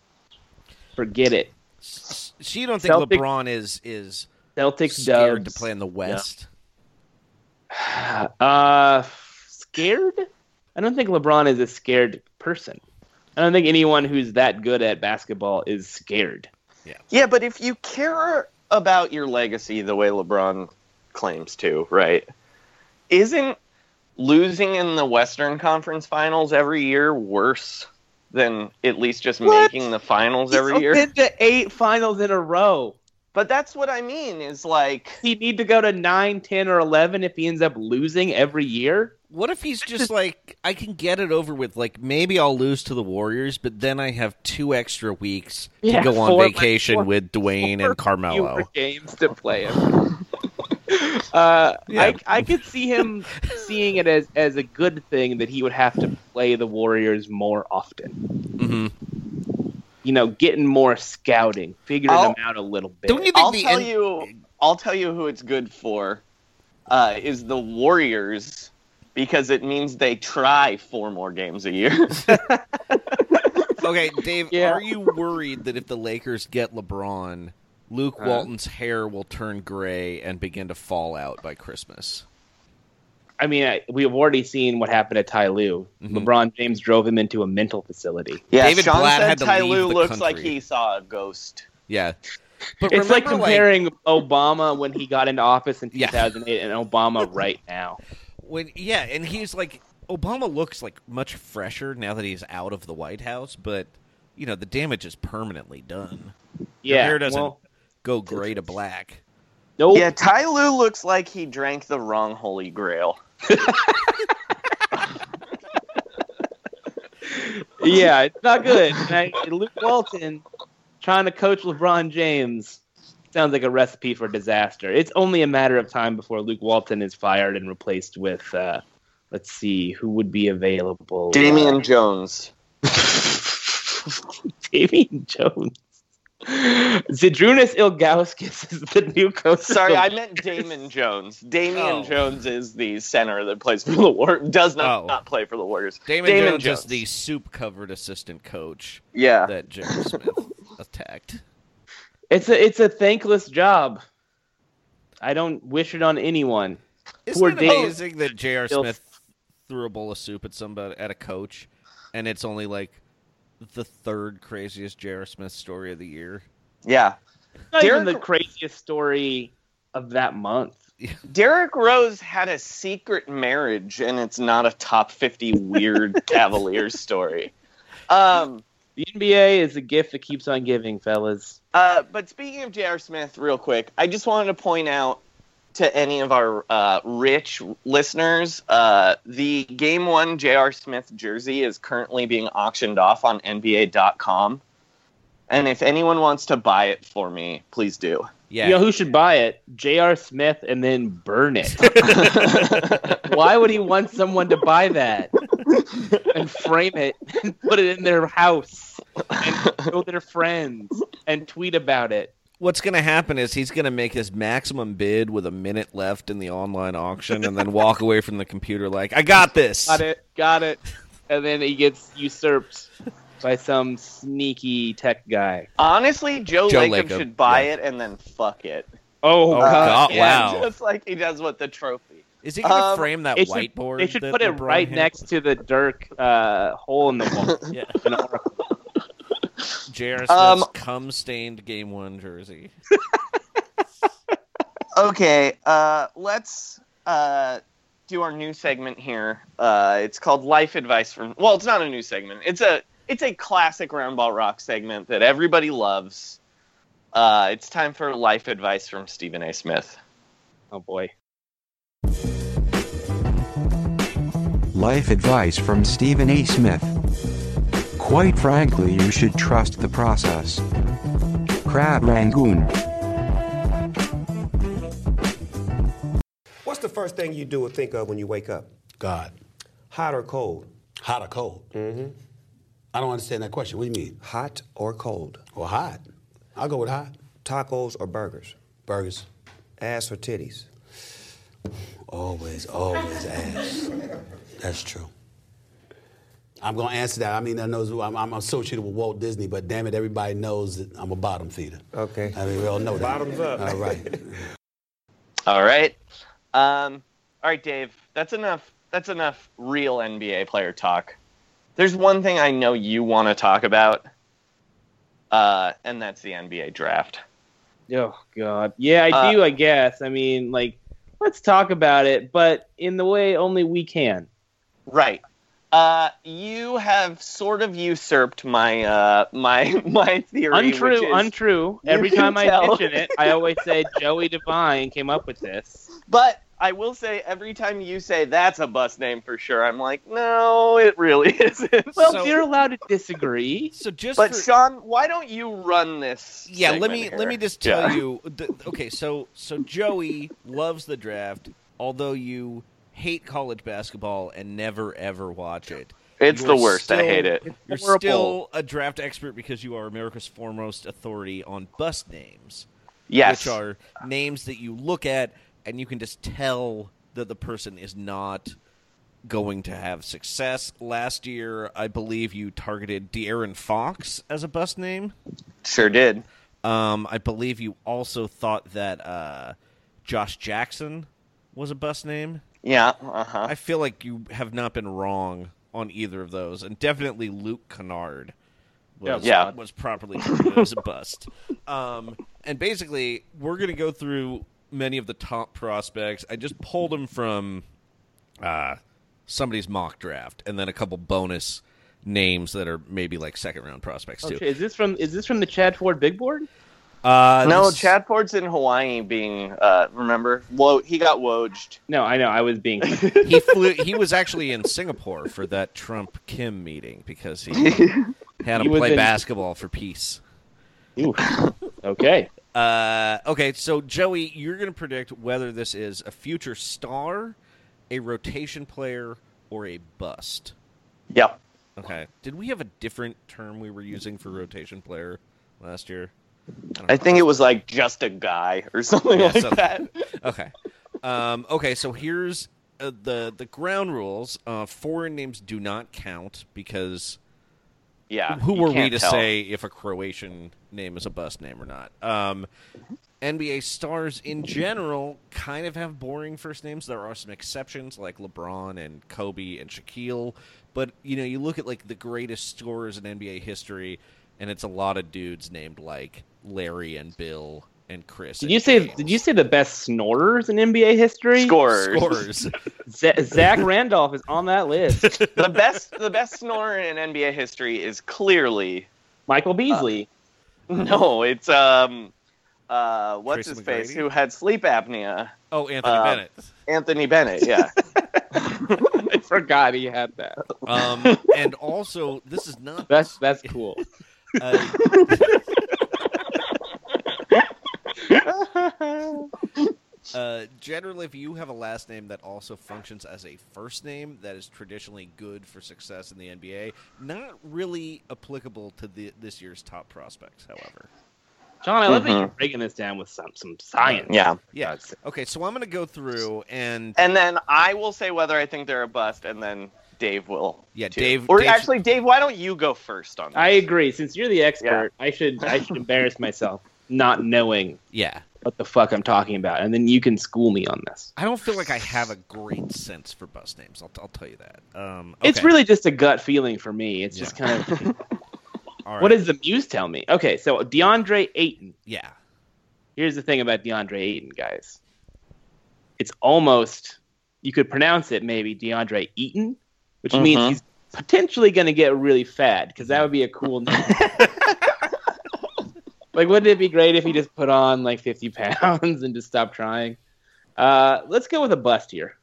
Speaker 5: Forget it.
Speaker 4: S- So you don't think
Speaker 5: Celtics-
Speaker 4: LeBron is is
Speaker 5: Celtics
Speaker 4: scared
Speaker 5: dubs.
Speaker 4: to play in the West?
Speaker 5: Uh, scared? I don't think LeBron is a scared person. I don't think anyone who's that good at basketball is scared.
Speaker 3: yeah, but if you care about your legacy the way LeBron claims to, right? Isn't losing in the Western Conference Finals every year worse than at least just
Speaker 5: What?
Speaker 3: making the finals every
Speaker 5: He's
Speaker 3: year?
Speaker 5: been to eight finals in a row.
Speaker 3: But that's what I mean. Is like
Speaker 5: Does He need to go to nine, ten, or eleven if he ends up losing every year.
Speaker 4: What if he's just like, I can get it over with. Like, maybe I'll lose to the Warriors, but then I have two extra weeks
Speaker 5: Yeah,
Speaker 4: to go on
Speaker 5: four-
Speaker 4: vacation
Speaker 5: four-
Speaker 4: with Dwayne
Speaker 5: four
Speaker 4: and Carmelo.
Speaker 5: Fewer games to play him. uh,
Speaker 4: Yeah.
Speaker 5: I, I could see him seeing it as, as a good thing that he would have to play the Warriors more often.
Speaker 4: Mhm.
Speaker 5: You know, getting more scouting, figuring
Speaker 3: I'll-
Speaker 5: them out a little bit.
Speaker 4: Don't you think
Speaker 3: I'll
Speaker 4: the
Speaker 3: tell
Speaker 4: N-
Speaker 3: you. I'll tell you who it's good for. Uh, is the Warriors because it means they try four more games a year.
Speaker 4: Okay, Dave,
Speaker 5: Yeah.
Speaker 4: are you worried that if the Lakers get LeBron, Luke Walton's hair will turn gray and begin to fall out by Christmas?
Speaker 5: I mean, I, we have already seen what happened at Ty Lue.
Speaker 4: Mm-hmm.
Speaker 5: LeBron James drove him into a mental facility.
Speaker 3: Yeah,
Speaker 4: David
Speaker 3: Sean
Speaker 4: Blatt
Speaker 3: said
Speaker 4: had to
Speaker 3: Ty
Speaker 4: leave
Speaker 3: Lue
Speaker 4: the
Speaker 3: looks
Speaker 4: country.
Speaker 3: like he saw a ghost.
Speaker 4: Yeah. But
Speaker 5: it's like
Speaker 4: remember,
Speaker 5: comparing Obama when he got into office in
Speaker 4: Yeah.
Speaker 5: 2008 and Obama right now.
Speaker 4: when yeah, and he's like Obama looks like much fresher now that he's out of the White House, but you know, the damage is permanently done. Your
Speaker 5: Yeah,
Speaker 4: hair doesn't
Speaker 5: well,
Speaker 4: go gray to black.
Speaker 5: nope.
Speaker 3: Yeah, Ty Lue looks like he drank the wrong Holy Grail.
Speaker 5: yeah, it's not good. And I, Luke Walton trying to coach LeBron James sounds like a recipe for disaster. It's only a matter of time before Luke Walton is fired and replaced with, uh, let's see, who would be available?
Speaker 3: Damian Jones.
Speaker 5: Uh, Damian Jones. Zydrunas Ilgauskas is the new coach. of
Speaker 3: Sorry,
Speaker 5: the-
Speaker 3: I meant Damon Jones. Damian
Speaker 4: Oh.
Speaker 3: Jones is the center that plays for the Warriors. Does not,
Speaker 4: Oh.
Speaker 3: not play for the Warriors.
Speaker 4: Damon, Jones, is the soup covered assistant coach
Speaker 3: yeah.
Speaker 4: that Jerry Smith attacked.
Speaker 5: It's a it's a thankless job. I don't wish it on anyone.
Speaker 4: Isn't
Speaker 5: Poor
Speaker 4: it
Speaker 5: Dave.
Speaker 4: amazing that J.R.
Speaker 5: Still-
Speaker 4: Smith threw a bowl of soup at somebody at a coach, and it's only like the third craziest J.R. Smith story of the year?
Speaker 3: yeah.
Speaker 5: Not even
Speaker 3: Derek-
Speaker 5: the craziest story of that month.
Speaker 3: Derek Rose had a secret marriage, and it's not a top 50 weird Cavalier story. Um,
Speaker 5: The NBA is a gift that keeps on giving, fellas.
Speaker 3: uh, but speaking of J.R. Smith, real quick, I just wanted to point out to any of our uh, rich listeners uh, the Game 1 J.R. Smith jersey is currently being auctioned off on NBA.com. And if anyone wants to buy it for me, please do.
Speaker 4: Yeah,
Speaker 5: You know who should buy it? J.R. Smith and then burn it. Why would he want someone to buy that and frame it and put it in their house and show their friends and tweet about it?
Speaker 4: what's going to happen is he's going to make his maximum bid with a minute left in the online auction, and then walk away from the computer like, "I got this."
Speaker 5: Got it. Got it. And then he gets usurped by some sneaky tech guy.
Speaker 3: Honestly, Joe,
Speaker 4: Joe
Speaker 3: Lacob,
Speaker 4: Lacob,
Speaker 3: should buy
Speaker 4: yeah.
Speaker 3: it and then fuck it.
Speaker 5: Oh,
Speaker 4: Oh,
Speaker 5: God.
Speaker 4: God,
Speaker 3: yeah,
Speaker 4: wow.
Speaker 3: Just like he does with the trophy.
Speaker 4: Is he going to
Speaker 3: Um,
Speaker 4: frame that
Speaker 5: They should-
Speaker 4: whiteboard?
Speaker 5: They should
Speaker 4: that
Speaker 5: put it
Speaker 4: LeBron
Speaker 5: right
Speaker 4: hit?
Speaker 5: next to the Dirk uh, hole in the wall.
Speaker 4: Yeah.
Speaker 5: An arc.
Speaker 4: J.R. Smith's
Speaker 3: Um,
Speaker 4: cum-stained Game One jersey.
Speaker 3: Okay, uh, let's uh, do our new segment here. Uh, it's called Life Advice from. Well, it's not a new segment. It's a it's a classic Roundball Rock segment that everybody loves. Uh, it's time for life advice from Stephen A. Smith.
Speaker 5: Oh boy.
Speaker 6: Life advice from Stephen A. Smith. Quite frankly, you should trust the process. Crab Rangoon.
Speaker 7: What's the first thing you do or think of when you wake up?
Speaker 8: God.
Speaker 7: Hot or cold?
Speaker 8: Hot or cold? Mm-hmm. I don't understand that question. What do you mean?
Speaker 7: Hot or cold?
Speaker 8: Well, hot. I'll go with hot.
Speaker 7: Tacos or burgers?
Speaker 8: Burgers.
Speaker 7: Ass or titties?
Speaker 8: Always, always ass. That's true. I'm gonna answer that. I mean, I knows I'm, I'm associated with Walt Disney, but damn it, everybody knows that I'm a bottom feeder.
Speaker 7: Okay.
Speaker 8: I mean, we all know that.
Speaker 7: Bottoms up.
Speaker 8: All right.
Speaker 3: All right, um, all right, Dave. That's enough. That's enough real NBA player talk. There's one thing I know you want to talk about, uh, and that's the NBA draft.
Speaker 5: Oh god. Yeah, I
Speaker 3: Uh,
Speaker 5: do. I guess. I mean, like, let's talk about it, but in the way only we can.
Speaker 3: Right. Uh, you have sort of usurped my uh, my my theory. which
Speaker 5: Untrue.
Speaker 3: is-
Speaker 5: Untrue.
Speaker 3: You
Speaker 5: Every
Speaker 3: can
Speaker 5: time I
Speaker 3: tell.
Speaker 5: mention it, I always say Joey Devine came up with this.
Speaker 3: But I will say, every time you say that's a bus name for sure, I'm like, no, it really isn't.
Speaker 5: Well,
Speaker 4: So-
Speaker 5: you're allowed to disagree.
Speaker 4: So just
Speaker 3: But
Speaker 4: for-
Speaker 3: Sean, why don't you run this?
Speaker 4: yeah let
Speaker 3: segment
Speaker 4: me
Speaker 3: here?
Speaker 4: let me just tell
Speaker 3: Yeah.
Speaker 4: you th- okay so so joey loves the draft although you hate college basketball and never ever watch it
Speaker 3: It's
Speaker 4: you
Speaker 3: the
Speaker 4: are
Speaker 3: worst. I
Speaker 4: still-
Speaker 3: hate it.
Speaker 4: you're
Speaker 5: horrible.
Speaker 4: still a draft expert because you are america's foremost authority on bus names
Speaker 3: Yes.
Speaker 4: which are names that you look at and you can just tell that the person is not going to have success. Last year, I believe you targeted De'Aaron Fox as a bust name.
Speaker 3: Sure did.
Speaker 4: Um, I believe you also thought that uh, Josh Jackson was a bust name.
Speaker 3: Yeah, uh-huh.
Speaker 4: I feel like you have not been wrong on either of those, and definitely Luke Kennard was
Speaker 3: Yeah.
Speaker 4: was properly treated as a bust. Um, and basically, we're going to go through many of the top prospects. I just pulled them from uh, somebody's mock draft, and then a couple bonus names that are maybe like second round prospects
Speaker 5: Oh,
Speaker 4: too.
Speaker 5: shit, is this from is this from the Chad Ford big board?
Speaker 4: Uh,
Speaker 3: no,
Speaker 4: this-
Speaker 3: Chad Ford's in Hawaii being, uh, remember? Wo- he got woged.
Speaker 5: No, I know I was being
Speaker 4: he flew. He was actually in Singapore for that Trump Kim meeting because he had
Speaker 5: He
Speaker 4: him
Speaker 5: was
Speaker 4: play
Speaker 5: in-
Speaker 4: basketball for peace.
Speaker 5: okay.
Speaker 4: Uh, okay, so Joey, you're going to predict whether this is a future star, a rotation player, or a bust.
Speaker 3: Yep.
Speaker 4: Okay. Did we have a different term we were using for rotation player last year? don't
Speaker 3: I think it was like just a guy or something
Speaker 4: Yeah,
Speaker 3: like
Speaker 4: something.
Speaker 3: that.
Speaker 4: okay. Um, okay, so here's uh, the the ground rules. Uh, foreign names do not count because
Speaker 3: Yeah.
Speaker 4: who
Speaker 3: you
Speaker 4: were we
Speaker 3: can't
Speaker 4: to
Speaker 3: tell.
Speaker 4: say if a Croatian name is a bust name or not? Um, NBA stars in general kind of have boring first names. There are some exceptions like LeBron and Kobe and Shaquille, but you know, you look at like the greatest scorers in NBA history, and it's a lot of dudes named like Larry and Bill and Chris.
Speaker 5: Did
Speaker 4: and
Speaker 5: you say
Speaker 4: James.
Speaker 5: did you say the best snorers in NBA history?
Speaker 3: Scorers.
Speaker 4: scorers?
Speaker 5: Z- Zach Randolph is on that list.
Speaker 3: the best the best snorer in NBA history is clearly
Speaker 5: Michael
Speaker 3: Uh,
Speaker 5: Beasley.
Speaker 3: no, it's um uh what's
Speaker 4: Tracy
Speaker 3: his face
Speaker 4: McGrady?
Speaker 3: who had sleep apnea?
Speaker 4: oh, Anthony
Speaker 3: Uh,
Speaker 4: Bennett.
Speaker 3: Anthony Bennett, yeah.
Speaker 5: I forgot he had that.
Speaker 4: Um, and also, this is not
Speaker 5: That's that's cool.
Speaker 4: uh, Uh, generally, if you have a last name that also functions as a first name, that is traditionally good for success in the NBA. Not really applicable to the, this year's top prospects, however.
Speaker 5: John, I love that you're breaking this down with some some science.
Speaker 3: yeah.
Speaker 4: Yeah. Okay, so I'm going to go through and
Speaker 3: And then I will say whether I think they're a bust and then Dave will.
Speaker 4: Yeah,
Speaker 3: too.
Speaker 4: Dave-
Speaker 3: Or
Speaker 4: Dave-
Speaker 3: actually Dave, why don't you go first on this?
Speaker 5: I agree. Since you're the expert, I should I should embarrass myself not knowing
Speaker 4: yeah,
Speaker 5: what the fuck I'm talking about, and then you can school me on this.
Speaker 4: I don't feel like I have a great sense for bus names. I'll, I'll tell you that. Um,
Speaker 5: It's
Speaker 4: okay,
Speaker 5: really just a gut feeling for me. It's just kind of
Speaker 4: all right.
Speaker 5: what does the muse tell me? Okay, so DeAndre Ayton.
Speaker 4: yeah.
Speaker 5: Here's the thing about DeAndre Ayton, guys. It's almost you could pronounce it maybe DeAndre Eaton, which means
Speaker 3: Mhm.
Speaker 5: he's potentially going to get really fat because that would be a cool name. like, wouldn't it be great if he just put on like 50 pounds and just stopped trying? Uh, let's go with a bust here.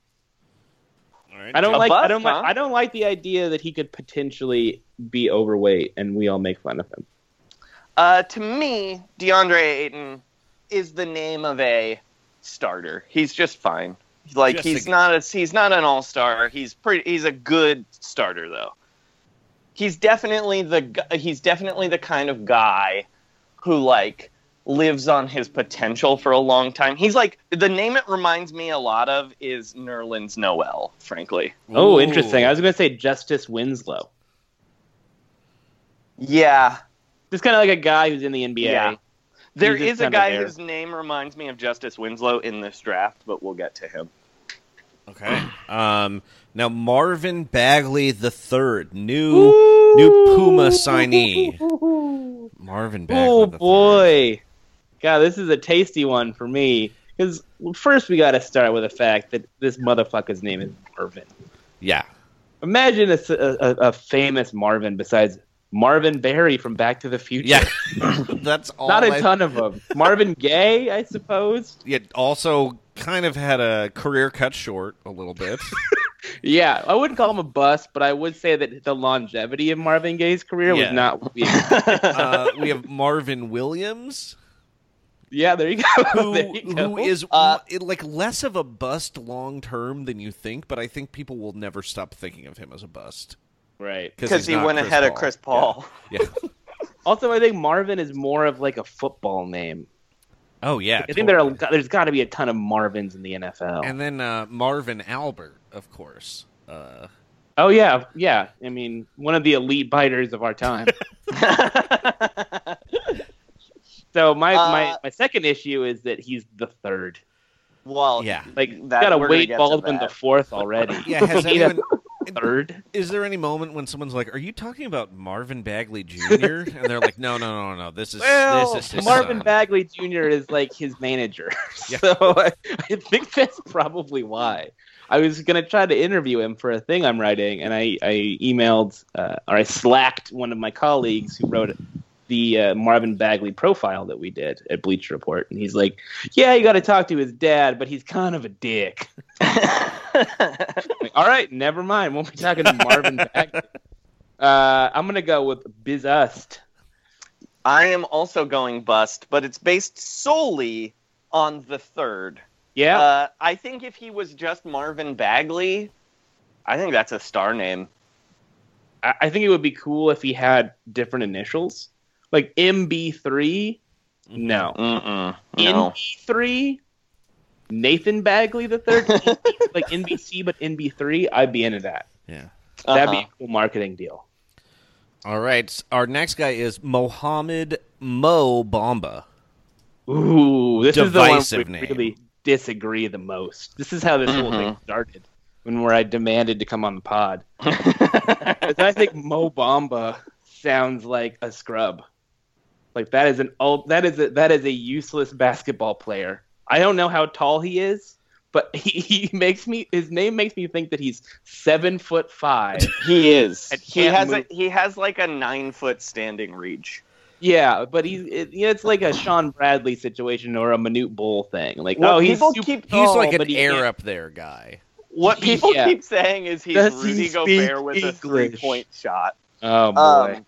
Speaker 4: All right.
Speaker 5: I don't
Speaker 3: A
Speaker 5: like. I
Speaker 3: bust,
Speaker 5: don't
Speaker 3: huh?
Speaker 5: like. I don't like the idea that he could potentially be overweight, and we all make fun of him.
Speaker 3: Uh, to me, DeAndre Ayton is the name of a starter. He's just fine. Like
Speaker 4: Just
Speaker 3: he's
Speaker 4: a-
Speaker 3: not a he's not an all star. He's pretty. He's a good starter though. He's definitely the gu- he's definitely the kind of guy who like lives on his potential for a long time. He's like the name it reminds me a lot of is Nerlens Noel. Frankly,
Speaker 5: Oh,
Speaker 4: Ooh.
Speaker 5: interesting. I was going to say Justice Winslow.
Speaker 3: yeah,
Speaker 5: Just kind of like a guy who's in the NBA.
Speaker 3: Yeah. there
Speaker 5: He's just
Speaker 3: is a
Speaker 5: kinda
Speaker 3: guy
Speaker 5: there.
Speaker 3: whose name reminds me of Justice Winslow in this draft, but we'll get to him.
Speaker 4: Okay. Um, now Marvin Bagley the third, new new Puma signee. Marvin Bagley.
Speaker 5: Oh
Speaker 4: the
Speaker 5: boy, God, this is a tasty one for me. Because first we got to start with the fact that this motherfucker's name is Marvin.
Speaker 4: Third. Yeah.
Speaker 5: Imagine a, a, a famous Marvin besides Marvin Barry from Back to the Future.
Speaker 4: Yeah. That's all.
Speaker 5: Not a
Speaker 4: I-
Speaker 5: ton of them. Marvin Gaye, I suppose.
Speaker 4: It also kind of had a career cut short a little bit.
Speaker 5: Yeah, I wouldn't call him a bust, but I would say that the longevity of Marvin Gaye's career
Speaker 4: Yeah.
Speaker 5: was not what we
Speaker 4: uh, we have Marvin Williams,
Speaker 5: Yeah, there you go.
Speaker 4: who
Speaker 5: There you go.
Speaker 4: who is
Speaker 3: Uh,
Speaker 4: it- like less of a bust long term than you think, but I think people will never stop thinking of him as a bust
Speaker 5: right.
Speaker 3: because
Speaker 4: he's
Speaker 3: he
Speaker 4: not
Speaker 3: went ahead of Chris Paul.
Speaker 4: Yeah. Yeah.
Speaker 5: Also, I think Marvin is more of like a football name.
Speaker 4: Oh yeah.
Speaker 5: I think there
Speaker 4: totally.
Speaker 5: are, there's got to be a ton of Marvins in the NFL.
Speaker 4: And then uh, Marvin Albert, of course. Uh,
Speaker 5: Oh yeah, yeah. I mean, one of the elite biters of our time. so my,
Speaker 3: Uh,
Speaker 5: my my second issue is that he's the third. Oh,
Speaker 3: Well,
Speaker 4: yeah.
Speaker 5: Like
Speaker 3: That-
Speaker 5: gotta
Speaker 3: we're gonna
Speaker 5: wait
Speaker 3: get to
Speaker 5: Baldwin the
Speaker 3: that.
Speaker 5: fourth already.
Speaker 4: yeah. Has
Speaker 5: He doesn't-
Speaker 4: anyone,
Speaker 5: third.
Speaker 4: is there any moment when someone's like, "Are you talking about Marvin Bagley Jr.?" and they're like, "No, no, no, no. This is
Speaker 5: Well,
Speaker 4: this is his
Speaker 5: Marvin
Speaker 4: son."
Speaker 5: Bagley Jr. is like his manager,
Speaker 4: Yeah.
Speaker 5: so I, I think that's probably why. I was gonna try to interview him for a thing I'm writing, and I I emailed uh, or I slacked one of my colleagues who wrote the uh, Marvin Bagley profile that we did at Bleach Report, and he's like, "Yeah, you got to talk to his dad, but he's kind of a dick." Like, All right, never mind. Won't be talking to Marvin Bagley. Uh, I'm gonna go with Bizust.
Speaker 3: I am also going bust, but it's based solely on the third.
Speaker 5: Yeah.
Speaker 3: Uh, I think if he was just Marvin Bagley, I think that's a star name.
Speaker 5: I, I think it would be cool if he had different initials, like MB3. No,
Speaker 3: Mm-mm. No.
Speaker 5: NB3. Nathan Bagley the third, like NBC, but NB3. I'd be into that.
Speaker 4: Yeah.
Speaker 5: That'd be
Speaker 3: Uh-huh.
Speaker 5: a cool marketing deal.
Speaker 4: All right. Our next guy is Mohammed Mo Bamba.
Speaker 5: Ooh, this is the
Speaker 4: Divisive
Speaker 5: one we
Speaker 4: name. Mm-hmm.
Speaker 5: really disagree the most. This is how this whole thing started, when where I demanded to come on the pod. 'Cause I think Mo Bamba sounds like a scrub. Like that is an ul- that is a, that is a useless basketball player. I don't know how tall he is, but he, he makes me his name makes me think that he's seven foot five.
Speaker 3: He is.
Speaker 5: And
Speaker 3: He
Speaker 5: can't
Speaker 3: has
Speaker 5: move.
Speaker 3: a, he has like a nine foot standing reach.
Speaker 5: yeah, but he's it, you know, it's like a Sean Bradley situation or a Manute Bull thing. Like
Speaker 3: What
Speaker 5: oh, he's
Speaker 3: people
Speaker 5: super
Speaker 3: keep-
Speaker 4: He's
Speaker 5: tall,
Speaker 4: like
Speaker 5: but
Speaker 4: an
Speaker 5: he
Speaker 4: air
Speaker 5: can't
Speaker 4: up there guy.
Speaker 3: What people
Speaker 5: Yeah.
Speaker 3: keep saying is he's
Speaker 5: Does he
Speaker 3: Rudy
Speaker 5: speak
Speaker 3: Gobert with a
Speaker 5: English?
Speaker 3: three point shot.
Speaker 5: Oh boy.
Speaker 3: Um,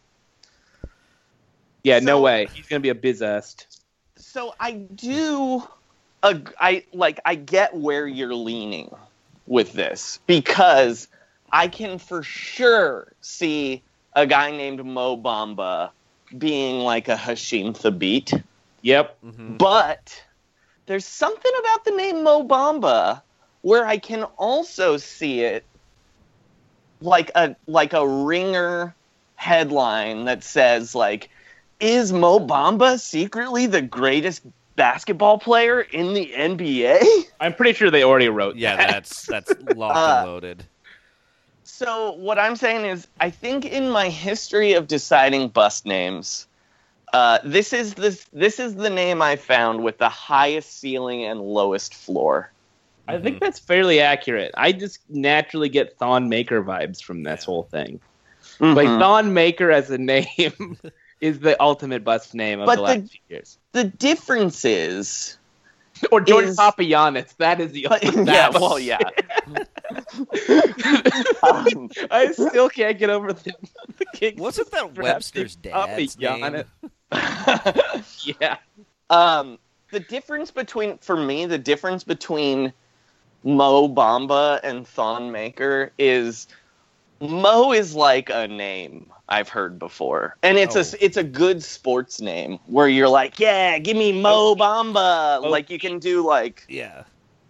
Speaker 5: yeah, no
Speaker 3: so-
Speaker 5: way. He's gonna be a bizest.
Speaker 3: so I do, ag- I like I get where you're leaning with this because I can for sure see a guy named Mo Bamba being like a Hashim Thabit,
Speaker 5: Yep.
Speaker 4: Mm-hmm.
Speaker 3: but there's something about the name Mo Bamba where I can also see it like a like a ringer headline that says like is Mo Bamba secretly the greatest basketball player in the NBA?
Speaker 5: I'm pretty sure they already wrote.
Speaker 4: Yeah,
Speaker 5: that.
Speaker 4: that's that's locked
Speaker 3: Uh,
Speaker 4: and loaded.
Speaker 3: So what I'm saying is I think in my history of deciding bust names uh, this is this this is the name I found with the highest ceiling and lowest floor.
Speaker 5: I think that's fairly accurate. I just naturally get Thon Maker vibes from this whole thing. Like
Speaker 3: Mhm.
Speaker 5: Thon Maker as a name is the ultimate bust name of
Speaker 3: But
Speaker 5: the
Speaker 3: the-
Speaker 5: last few years.
Speaker 3: the difference is
Speaker 5: Or Jordan
Speaker 3: is-
Speaker 5: Papayannis. That is the. ultimate
Speaker 3: yeah
Speaker 5: bust.
Speaker 3: well Oh, yeah Um,
Speaker 5: I still can't get over the, the Kings
Speaker 4: Wasn't that
Speaker 5: drafting
Speaker 4: Webster's dad's name?
Speaker 5: Papayannis. Yeah.
Speaker 3: um, the difference between for me the difference between mo bamba and thon maker is mo is like a name i've heard before and it's
Speaker 4: Oh.
Speaker 3: a it's a good sports name where you're like yeah give me mo bamba
Speaker 5: Oh.
Speaker 3: like you can do like
Speaker 4: Yeah.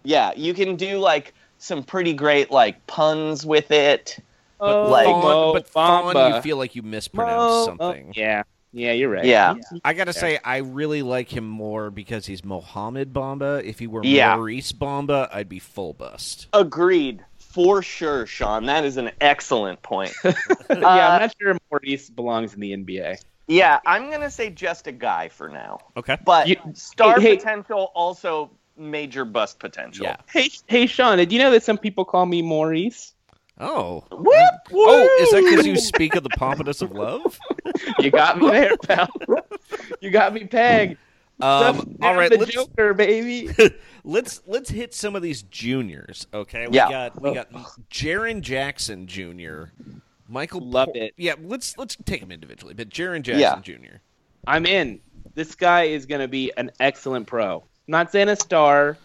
Speaker 3: yeah you can do like some pretty great like puns with it
Speaker 4: But
Speaker 3: like-
Speaker 4: Fawn,
Speaker 5: Mo
Speaker 4: but Fawn, you
Speaker 5: Bamba.
Speaker 4: feel like you mispronounced
Speaker 5: Mo- oh,
Speaker 4: something.
Speaker 5: Yeah. Yeah, you're right.
Speaker 3: yeah
Speaker 4: I gotta say, I really like him more because he's Mohammed Bamba. If he were
Speaker 3: Yeah.
Speaker 4: Maurice Bamba, I'd be full bust.
Speaker 3: Agreed. For sure, Sean. That is an excellent point.
Speaker 5: yeah,
Speaker 3: Uh,
Speaker 5: I'm not sure Maurice belongs in the NBA.
Speaker 3: yeah, I'm going to say just a guy for now.
Speaker 4: Okay.
Speaker 3: But
Speaker 5: You-
Speaker 3: star
Speaker 5: hey, hey.
Speaker 3: potential, also major bust potential.
Speaker 4: Yeah.
Speaker 5: Hey, hey, Sean, did you know that some people call me Maurice?
Speaker 4: Oh.
Speaker 3: Whoop,
Speaker 4: Oh, is that because you speak of the pompous of love?
Speaker 5: You got me there, pal. you got me pegged.
Speaker 4: Um, all right,
Speaker 5: the
Speaker 4: let's,
Speaker 5: Joker, baby.
Speaker 4: let's let's hit some of these juniors. Okay, we
Speaker 3: Yeah.
Speaker 4: got we got Jaron Jackson Jr. Michael
Speaker 5: Love it.
Speaker 4: Yeah, let's let's take them individually. But Jaron Jackson
Speaker 3: Yeah.
Speaker 4: Jr.
Speaker 5: I'm in. This guy is going to be an excellent pro. Not saying a star,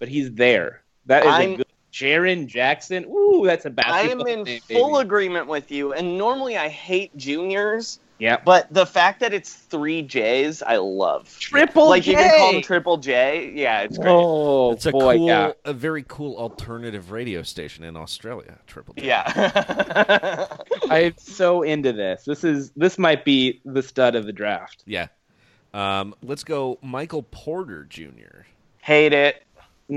Speaker 5: but he's there. That is
Speaker 3: I'm-
Speaker 5: a good. Jaron Jackson. Ooh, that's a
Speaker 3: I
Speaker 5: basketball.
Speaker 3: am in
Speaker 5: name,
Speaker 3: full
Speaker 5: baby.
Speaker 3: agreement with you. And normally I hate juniors,
Speaker 5: Yeah.
Speaker 3: But the fact that it's three J's, I love.
Speaker 5: Triple
Speaker 3: like you can call
Speaker 5: J.
Speaker 3: them Triple J. Yeah, it's great.
Speaker 5: Oh,
Speaker 4: It's a
Speaker 5: boy,
Speaker 4: cool,
Speaker 5: yeah.
Speaker 4: a very cool alternative radio station in Australia. Triple J.
Speaker 3: Yeah.
Speaker 5: I'm so into this. This is this might be the stud of the draft.
Speaker 4: Yeah. Um, let's go, Michael Porter Jr.
Speaker 3: Hate it.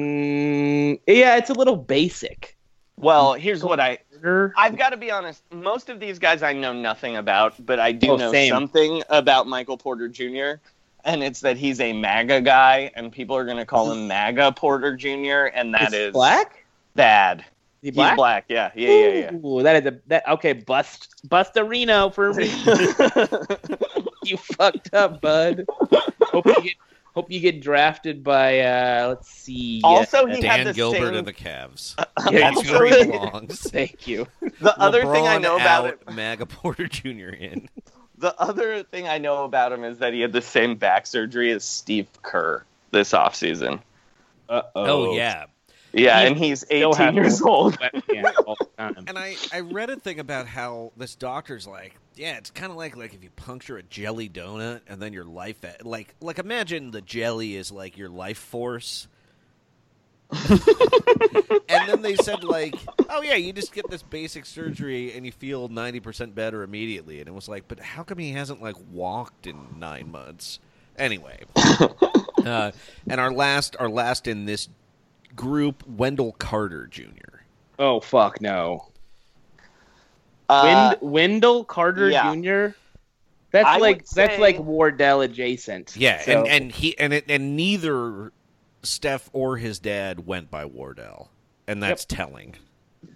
Speaker 5: Mm, yeah, it's a little basic.
Speaker 3: Well, here's what I
Speaker 5: Porter.
Speaker 3: I've got to be honest. Most of these guys I know nothing about, but I do
Speaker 5: Oh,
Speaker 3: know
Speaker 5: same.
Speaker 3: something about Michael Porter Jr. And it's that he's a MAGA guy, and people are going to call him MAGA Porter Jr. And that
Speaker 5: Is
Speaker 3: is
Speaker 5: black.
Speaker 3: bad.
Speaker 5: Is he
Speaker 3: He's
Speaker 5: black?
Speaker 3: black. Yeah, yeah, yeah, yeah.
Speaker 5: Ooh, that is a that okay. Bust bust a Reno for me. you fucked up, bud. Hope you get hope you get drafted by uh let's see. uh,
Speaker 3: Also, he had
Speaker 4: Dan
Speaker 3: the
Speaker 4: Gilbert
Speaker 3: same.
Speaker 4: of the Cavs.
Speaker 5: yeah,
Speaker 4: That's
Speaker 5: you-
Speaker 4: where he belongs.
Speaker 5: Thank you.
Speaker 3: the other thing I
Speaker 4: LeBron
Speaker 3: know about
Speaker 4: out,
Speaker 3: it,
Speaker 4: Maga Porter Jr. in.
Speaker 3: the other thing I know about him is that he had the same back surgery as Steve Kerr this offseason.
Speaker 4: Oh, yeah.
Speaker 3: Yeah,
Speaker 5: He
Speaker 3: and he's
Speaker 5: Still
Speaker 3: 18
Speaker 5: have
Speaker 3: years old.
Speaker 5: wet pants all the time.
Speaker 4: And I, I read a thing about how this doctor's like, yeah, it's kind of like like if you puncture a jelly donut and then your life e- like like imagine the jelly is like your life force. and then they said like, oh yeah, you just get this basic surgery and you feel 90% better immediately and it was like, but how come he hasn't like walked in 9 months? Anyway. uh, and our last our last in this group, Wendell Carter Jr.
Speaker 5: Oh fuck no.
Speaker 3: Uh,
Speaker 5: Wend- Wendell Carter
Speaker 3: yeah.
Speaker 5: Jr. That's
Speaker 3: I
Speaker 5: like
Speaker 3: would
Speaker 5: that's
Speaker 3: say-
Speaker 5: like Wardell adjacent.
Speaker 4: Yeah,
Speaker 5: So-
Speaker 4: and, and he and it, and neither Steph or his dad went by Wardell, and that's telling.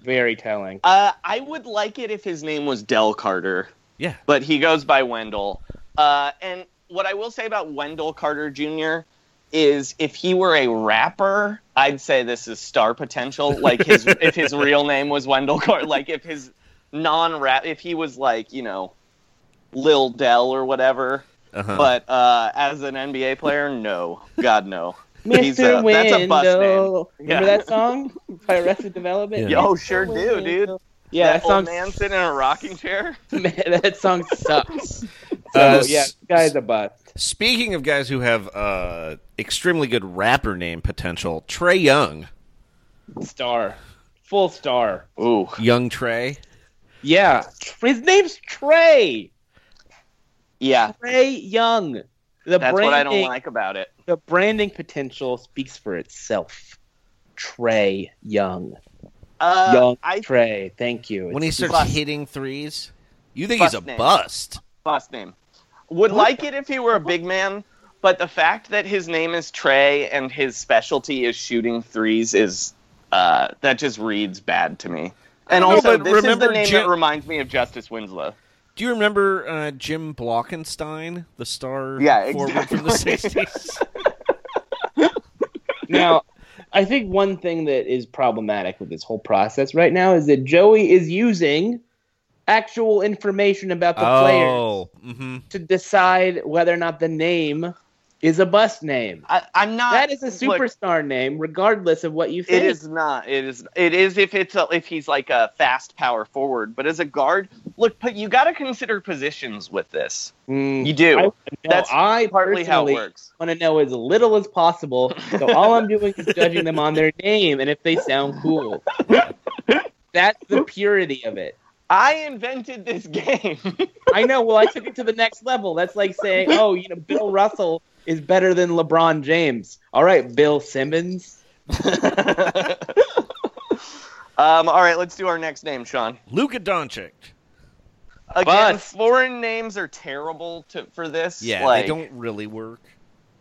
Speaker 5: very telling.
Speaker 3: uh, I would like it if his name was Del Carter,
Speaker 4: Yeah,
Speaker 3: but he goes by Wendell. Uh, and what I will say about Wendell Carter Jr. is if he were a rapper, I'd say this is star potential. Like his if his real name was Wendell Carter, like if his non-rap, if he was like you know Lil Del or whatever.
Speaker 4: uh-huh.
Speaker 3: But uh, as an NBA player, no, God no. He's
Speaker 5: Mr.
Speaker 3: a- that's a bus name.
Speaker 5: Wendell. Remember
Speaker 3: Yeah.
Speaker 5: that song by Arrested Development?
Speaker 4: Yeah.
Speaker 3: Yo, Oh, sure do, dude.
Speaker 5: Yeah, that,
Speaker 3: that old
Speaker 5: song.
Speaker 3: man sitting in a rocking chair.
Speaker 5: that song sucks. So
Speaker 4: Uh,
Speaker 5: yeah,
Speaker 4: s-
Speaker 5: guy's a bust.
Speaker 4: speaking of guys who have uh, extremely good rapper name potential, Trey Young,
Speaker 5: Star, full star.
Speaker 3: Ooh,
Speaker 4: Young Trey,
Speaker 5: Yeah, his name's Trey.
Speaker 3: yeah,
Speaker 5: Trey Young. The
Speaker 3: that's
Speaker 5: branding,
Speaker 3: what I don't like about it.
Speaker 5: The branding potential speaks for itself. Trey Young.
Speaker 3: Uh,
Speaker 5: Young
Speaker 3: I
Speaker 5: Trey. Thank you.
Speaker 4: when he starts
Speaker 3: bust.
Speaker 4: hitting threes, you think
Speaker 3: Bust
Speaker 4: he's a
Speaker 3: name.
Speaker 4: bust?
Speaker 3: last name would like it if he were a big man, but the fact that his name is Trey and his specialty is shooting threes is uh, that just reads bad to me. And
Speaker 4: No,
Speaker 3: also,
Speaker 4: but
Speaker 3: this is
Speaker 4: remember
Speaker 3: the name
Speaker 4: Jim-
Speaker 3: that reminds me of Justice Winslow.
Speaker 4: Do you remember uh, Jim Blockenstein, the star
Speaker 3: Yeah,
Speaker 4: forward from the
Speaker 3: exactly.
Speaker 4: sixties?
Speaker 5: now i think one thing that is problematic with this whole process right now is that joey is using actual information about the player
Speaker 4: oh, hmm
Speaker 5: to decide whether or not the name is a bust name
Speaker 3: I, I'm not.
Speaker 5: that is a
Speaker 3: Uh, look,
Speaker 5: superstar name regardless of what you think
Speaker 3: It is not. It is. It is if it's a, if he's like a fast power forward, but as a guard, look, but you got to consider positions with this.
Speaker 5: Mm,
Speaker 3: You do.
Speaker 5: I- no,
Speaker 3: That's
Speaker 5: I
Speaker 3: partly how it
Speaker 5: personally
Speaker 3: works.
Speaker 5: want to know as little as possible. So all I'm doing is judging them on their name and if they sound cool. That's the purity of it.
Speaker 3: I invented this game.
Speaker 5: I know. Well, I took it to the next level. That's like saying, oh, you know, Bill Russell is better than LeBron James. All right, Bill Simmons.
Speaker 3: um, all right, let's do our next name, Sean.
Speaker 4: Luka Doncic.
Speaker 3: Again,
Speaker 5: Bust.
Speaker 3: foreign names are terrible to, for this.
Speaker 4: Yeah,
Speaker 3: like,
Speaker 4: they don't really work.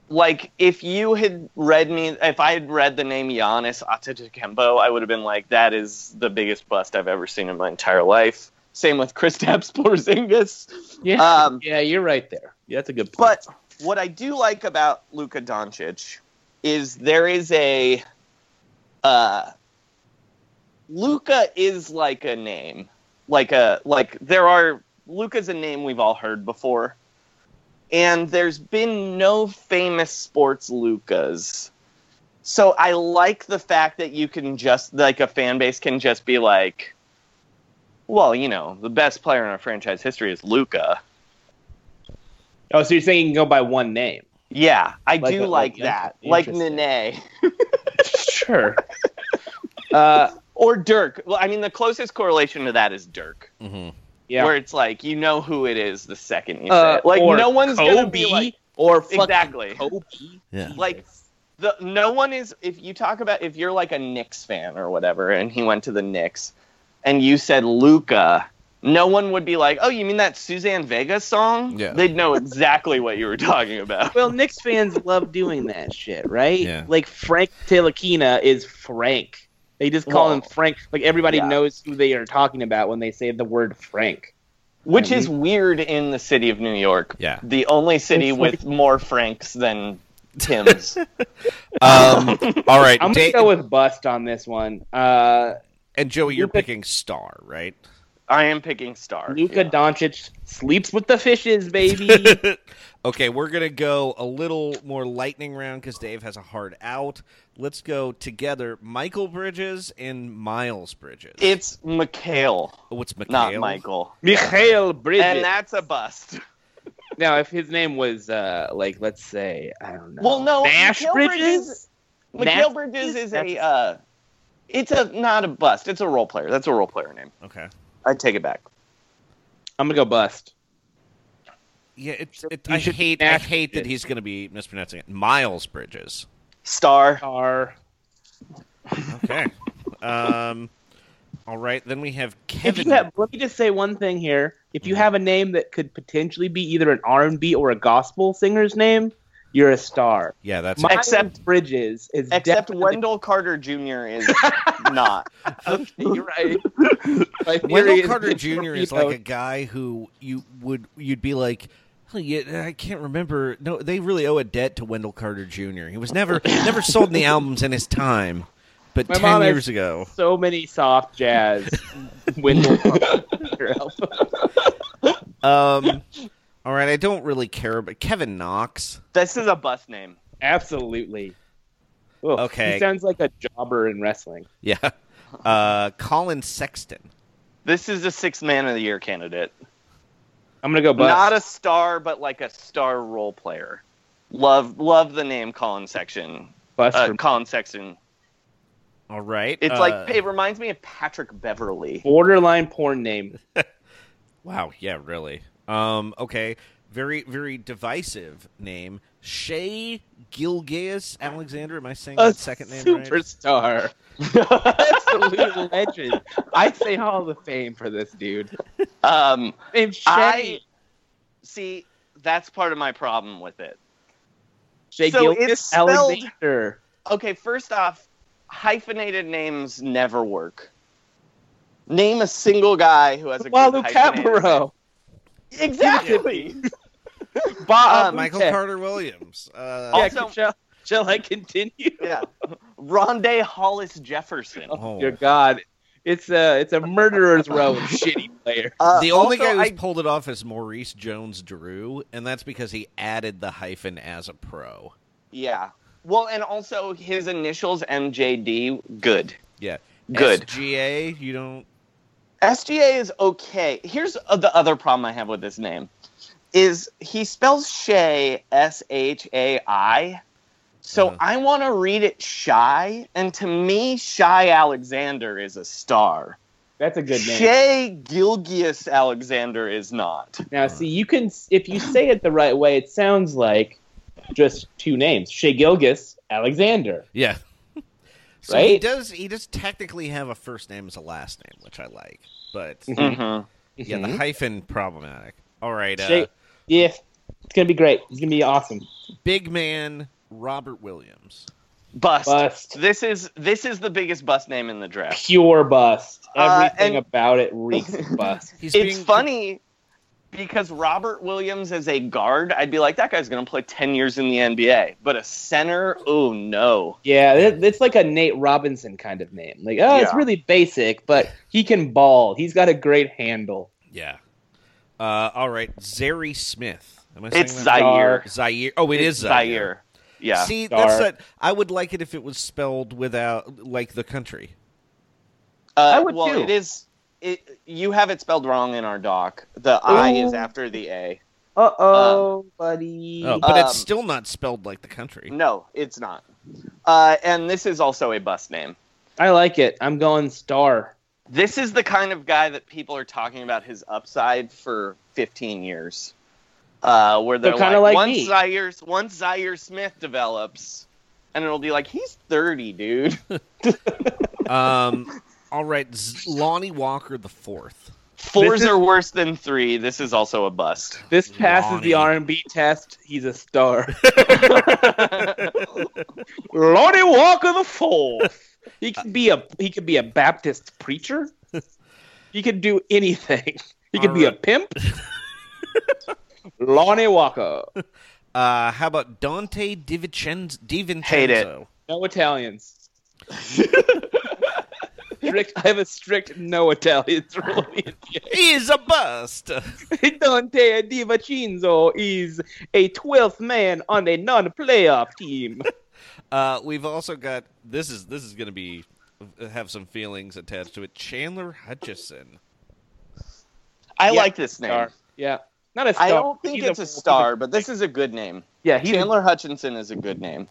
Speaker 3: like if you had read me, if I had read the name Giannis Antetokounmpo, I would have been like, that is the biggest bust I've ever seen in my entire life. Same with Kristaps Porzingis.
Speaker 5: Yeah,
Speaker 3: Um,
Speaker 5: yeah, you're right there. Yeah, that's a good point.
Speaker 3: But what I do like about Luka Doncic is there is a uh Luka is like a name. Like a like there are Luka's a name we've all heard before. And there's been no famous sports Lukas. So I like the fact that you can just like a fan base can just be like well, you know, the best player in our franchise history is Luca
Speaker 5: Oh, so you're saying you can go by one name?
Speaker 3: Yeah, I do like that. Like Nene.
Speaker 5: sure.
Speaker 3: Uh, or Dirk. Well, I mean, the closest correlation to that is Dirk.
Speaker 4: Mm-hmm.
Speaker 5: Yeah.
Speaker 3: Where it's like you know who it is the second you
Speaker 5: Uh,
Speaker 3: say it. Like
Speaker 5: or
Speaker 3: no one's gonna be
Speaker 5: Kobe,
Speaker 3: like
Speaker 5: or fucking
Speaker 3: exactly
Speaker 5: Kobe.
Speaker 4: Yeah.
Speaker 3: Like the no one is if you talk about if you're like a Knicks fan or whatever and he went to the Knicks and you said Luca, no one would be like, Oh, you mean that Suzanne Vega song?
Speaker 4: Yeah.
Speaker 3: They'd know exactly what you were talking about.
Speaker 5: Well, Knicks fans love doing that shit, right?
Speaker 4: Yeah.
Speaker 5: Like Frank Tilakina is Frank. They just call
Speaker 3: Well,
Speaker 5: him Frank. Like everybody
Speaker 3: yeah.
Speaker 5: knows who they are talking about when they say the word Frank.
Speaker 3: Which
Speaker 5: Yeah,
Speaker 3: is weird in the city of New York.
Speaker 4: Yeah.
Speaker 3: The only city
Speaker 5: It's
Speaker 3: with more Franks than Tim's.
Speaker 4: Um, all right,
Speaker 5: I'm
Speaker 4: Da-
Speaker 5: gonna go with bust on this one. Uh,
Speaker 4: and Joey, you're
Speaker 5: Luka-
Speaker 4: picking Star, right?
Speaker 3: I am picking Star.
Speaker 5: Luka Doncic sleeps with the fishes, baby.
Speaker 4: okay, we're gonna go a little more lightning round because Dave has a hard out. Let's go together. Michael Bridges and Miles Bridges. Oh,
Speaker 3: It's McHale,
Speaker 4: What's McHale?
Speaker 3: not Michael.
Speaker 5: Mikhail Bridges.
Speaker 3: And that's a bust.
Speaker 5: now, if his name was uh, like, let's say, I don't know.
Speaker 3: Well, no,
Speaker 5: Nash
Speaker 3: Mikal
Speaker 5: Bridges.
Speaker 3: Bridges-
Speaker 5: Nash
Speaker 3: McHale Bridges is
Speaker 5: That's-
Speaker 3: a uh, it's a not a bust. It's a role player. That's a role player name.
Speaker 4: Okay.
Speaker 3: I take it back.
Speaker 5: I'm gonna go bust.
Speaker 4: Yeah, it's. It,
Speaker 5: You
Speaker 4: I
Speaker 5: should
Speaker 4: hate. I
Speaker 5: ask
Speaker 4: hate that
Speaker 5: Bridges.
Speaker 4: he's going to be mispronouncing it. Miles Bridges.
Speaker 3: Star.
Speaker 5: Are
Speaker 4: Okay. um. All right. Then we have
Speaker 5: if
Speaker 4: Kevin.
Speaker 5: you have, let me just say one thing here. If you have a name that could potentially be either an R&B or a gospel singer's name, you're a star.
Speaker 4: yeah, that's.
Speaker 5: Miles
Speaker 3: Except-
Speaker 5: Bridges is
Speaker 3: Except
Speaker 5: definitely-
Speaker 3: Wendell Carter Jr. is not.
Speaker 5: You're right. My theory
Speaker 4: Wendell
Speaker 5: is
Speaker 4: Carter
Speaker 5: that
Speaker 4: Jr. is
Speaker 5: torpedo-
Speaker 4: like a guy who you would you'd be like. "Oh, yeah, I can't remember. No, they really owe a debt to Wendell Carter Jr. He was never never sold any albums in his time, but
Speaker 5: My
Speaker 4: ten
Speaker 5: mom has-
Speaker 4: years ago,
Speaker 5: so many soft jazz. Wendell Carter album.
Speaker 4: um, all right. I don't really care about Kevin Knox.
Speaker 3: This is a bust name.
Speaker 5: Absolutely. Ugh,
Speaker 4: Okay.
Speaker 5: He sounds like a jobber in wrestling.
Speaker 4: Yeah, uh, Colin Sexton.
Speaker 3: This is a six man of the year candidate.
Speaker 5: I'm gonna go bust.
Speaker 3: Not a star, but like a star role player. Love love the name Colin Section.
Speaker 5: bust
Speaker 3: Uh,
Speaker 5: for
Speaker 3: Colin Sexton.
Speaker 4: All right.
Speaker 3: It's
Speaker 4: uh,
Speaker 3: like it reminds me of Patrick Beverly.
Speaker 5: borderline porn name.
Speaker 4: Wow, yeah, really. Um, okay. Very, very divisive name. Shay Gilgeous Alexander. Am I saying
Speaker 5: A
Speaker 4: that second name right?
Speaker 5: superstar. Absolute legend. I'd say Hall of Fame for this dude.
Speaker 3: Um,
Speaker 5: Named
Speaker 3: I
Speaker 5: Shay.
Speaker 3: see. That's part of my problem with it.
Speaker 5: Shay
Speaker 3: so
Speaker 5: Gilgeous
Speaker 3: it's spelled-
Speaker 5: Alexander.
Speaker 3: Okay, first off, hyphenated names never work. Name a single guy who has a
Speaker 5: Walu
Speaker 3: good hyphenated name.
Speaker 5: Capro.
Speaker 3: Exactly.
Speaker 5: Bob.
Speaker 4: Uh, Michael
Speaker 5: Lutek.
Speaker 4: Carter Williams. Uh,
Speaker 5: um, Yeah,
Speaker 3: Also-
Speaker 5: shall, shall I continue?
Speaker 3: yeah. Rondé Hollis Jefferson.
Speaker 4: Oh.
Speaker 5: Oh, dear God. It's a, it's a murderer's row of shitty players.
Speaker 3: Uh,
Speaker 4: the only
Speaker 3: also,
Speaker 4: guy who's
Speaker 3: I-
Speaker 4: pulled it off is Maurice Jones Drew, and that's because he added the hyphen as a pro.
Speaker 3: yeah. Well, and also his initials MJD. Good.
Speaker 4: Yeah.
Speaker 3: Good.
Speaker 4: SGA, you don't.
Speaker 3: SGA is okay. Here's uh, the other problem I have with this name is he spells Shay S H A I. So
Speaker 5: Mm-hmm.
Speaker 4: Uh-huh.
Speaker 3: I want to read it shy, and to me, Shy Alexander is a star.
Speaker 5: That's a good name.
Speaker 3: Shay Gilgius Alexander is not.
Speaker 5: Now, see, you can if you say it the right way, it sounds like just two names: Shea Gilgis Alexander.
Speaker 4: Yeah. So he
Speaker 5: Right?
Speaker 4: does. He does technically have a first name as a last name, which I like. But
Speaker 5: Mm-hmm.
Speaker 3: Mhm.
Speaker 4: yeah, the hyphen problematic. All right. Uh,
Speaker 5: Shea, yeah, it's gonna be great. It's gonna be awesome.
Speaker 4: big man Robert Williams.
Speaker 3: Bust.
Speaker 5: Bust,
Speaker 3: This is this is the biggest bust name in the draft.
Speaker 5: pure bust.
Speaker 3: Uh,
Speaker 5: Everything
Speaker 3: and-
Speaker 5: about it reeks of bust.
Speaker 4: He's
Speaker 3: It's funny because Robert Williams as a guard, I'd be like, that guy's going to play 10 years in the NBA. But a center, oh no.
Speaker 5: Yeah, it, it's like a Nate Robinson kind of name. Like, oh, it's
Speaker 3: Yeah.
Speaker 5: really basic, but he can ball. He's got a great handle.
Speaker 4: Yeah. Uh, all right, Zary Smith. Am I saying
Speaker 3: It's
Speaker 4: that right?
Speaker 3: Zaire.
Speaker 4: Zaire. Oh, it's
Speaker 3: it's
Speaker 4: Zaire.
Speaker 3: Zaire. Yeah.
Speaker 4: See, that's
Speaker 5: Zaire.
Speaker 4: that. I would like it if it was spelled without, like the country.
Speaker 3: uh,
Speaker 5: I would
Speaker 3: well,
Speaker 5: too.
Speaker 3: it is. It, you have it spelled wrong in our doc. The I is
Speaker 5: Ooh.
Speaker 3: after the A.
Speaker 5: Uh oh, buddy.
Speaker 4: Oh, but
Speaker 3: Um,
Speaker 4: it's still not spelled like the country.
Speaker 3: No, it's not. Uh, and this is also a bus name.
Speaker 5: I like it. I'm going star.
Speaker 3: This is the kind of guy that people are talking about his upside for 15 years. Uh, where they're
Speaker 5: So
Speaker 3: like,
Speaker 5: kinda like
Speaker 3: once
Speaker 5: me.
Speaker 3: Zaire, once Zaire Smith develops, and it'll be like he's 30, dude.
Speaker 4: Um, all right, Z- Lonnie Walker the fourth.
Speaker 3: Fours
Speaker 5: This is-
Speaker 3: are worse than three. This is also a bust.
Speaker 5: This passes the R&B test. He's a star. Lonnie Walker the fourth. He could be a he could be a Baptist preacher. He could do anything. He could be a pimp. Lonnie Walker.
Speaker 4: Uh, how about Dante DiVincenzo? DiVincenzo?
Speaker 3: Hate it.
Speaker 5: No Italians. strict. I have a strict no Italians rule. in the NBA.
Speaker 4: He is a bust.
Speaker 5: Dante DiVincenzo is a twelfth man on a non-playoff team.
Speaker 4: Uh, we've also got this is this is going to be have some feelings attached to it. Chandler Hutchison.
Speaker 3: I
Speaker 5: Yeah,
Speaker 3: like this name.
Speaker 5: Star. Yeah, not a star.
Speaker 3: I don't think
Speaker 5: He's
Speaker 3: it's a star, but this is a good name.
Speaker 5: Yeah, he's
Speaker 3: Chandler Hutchinson is a good name.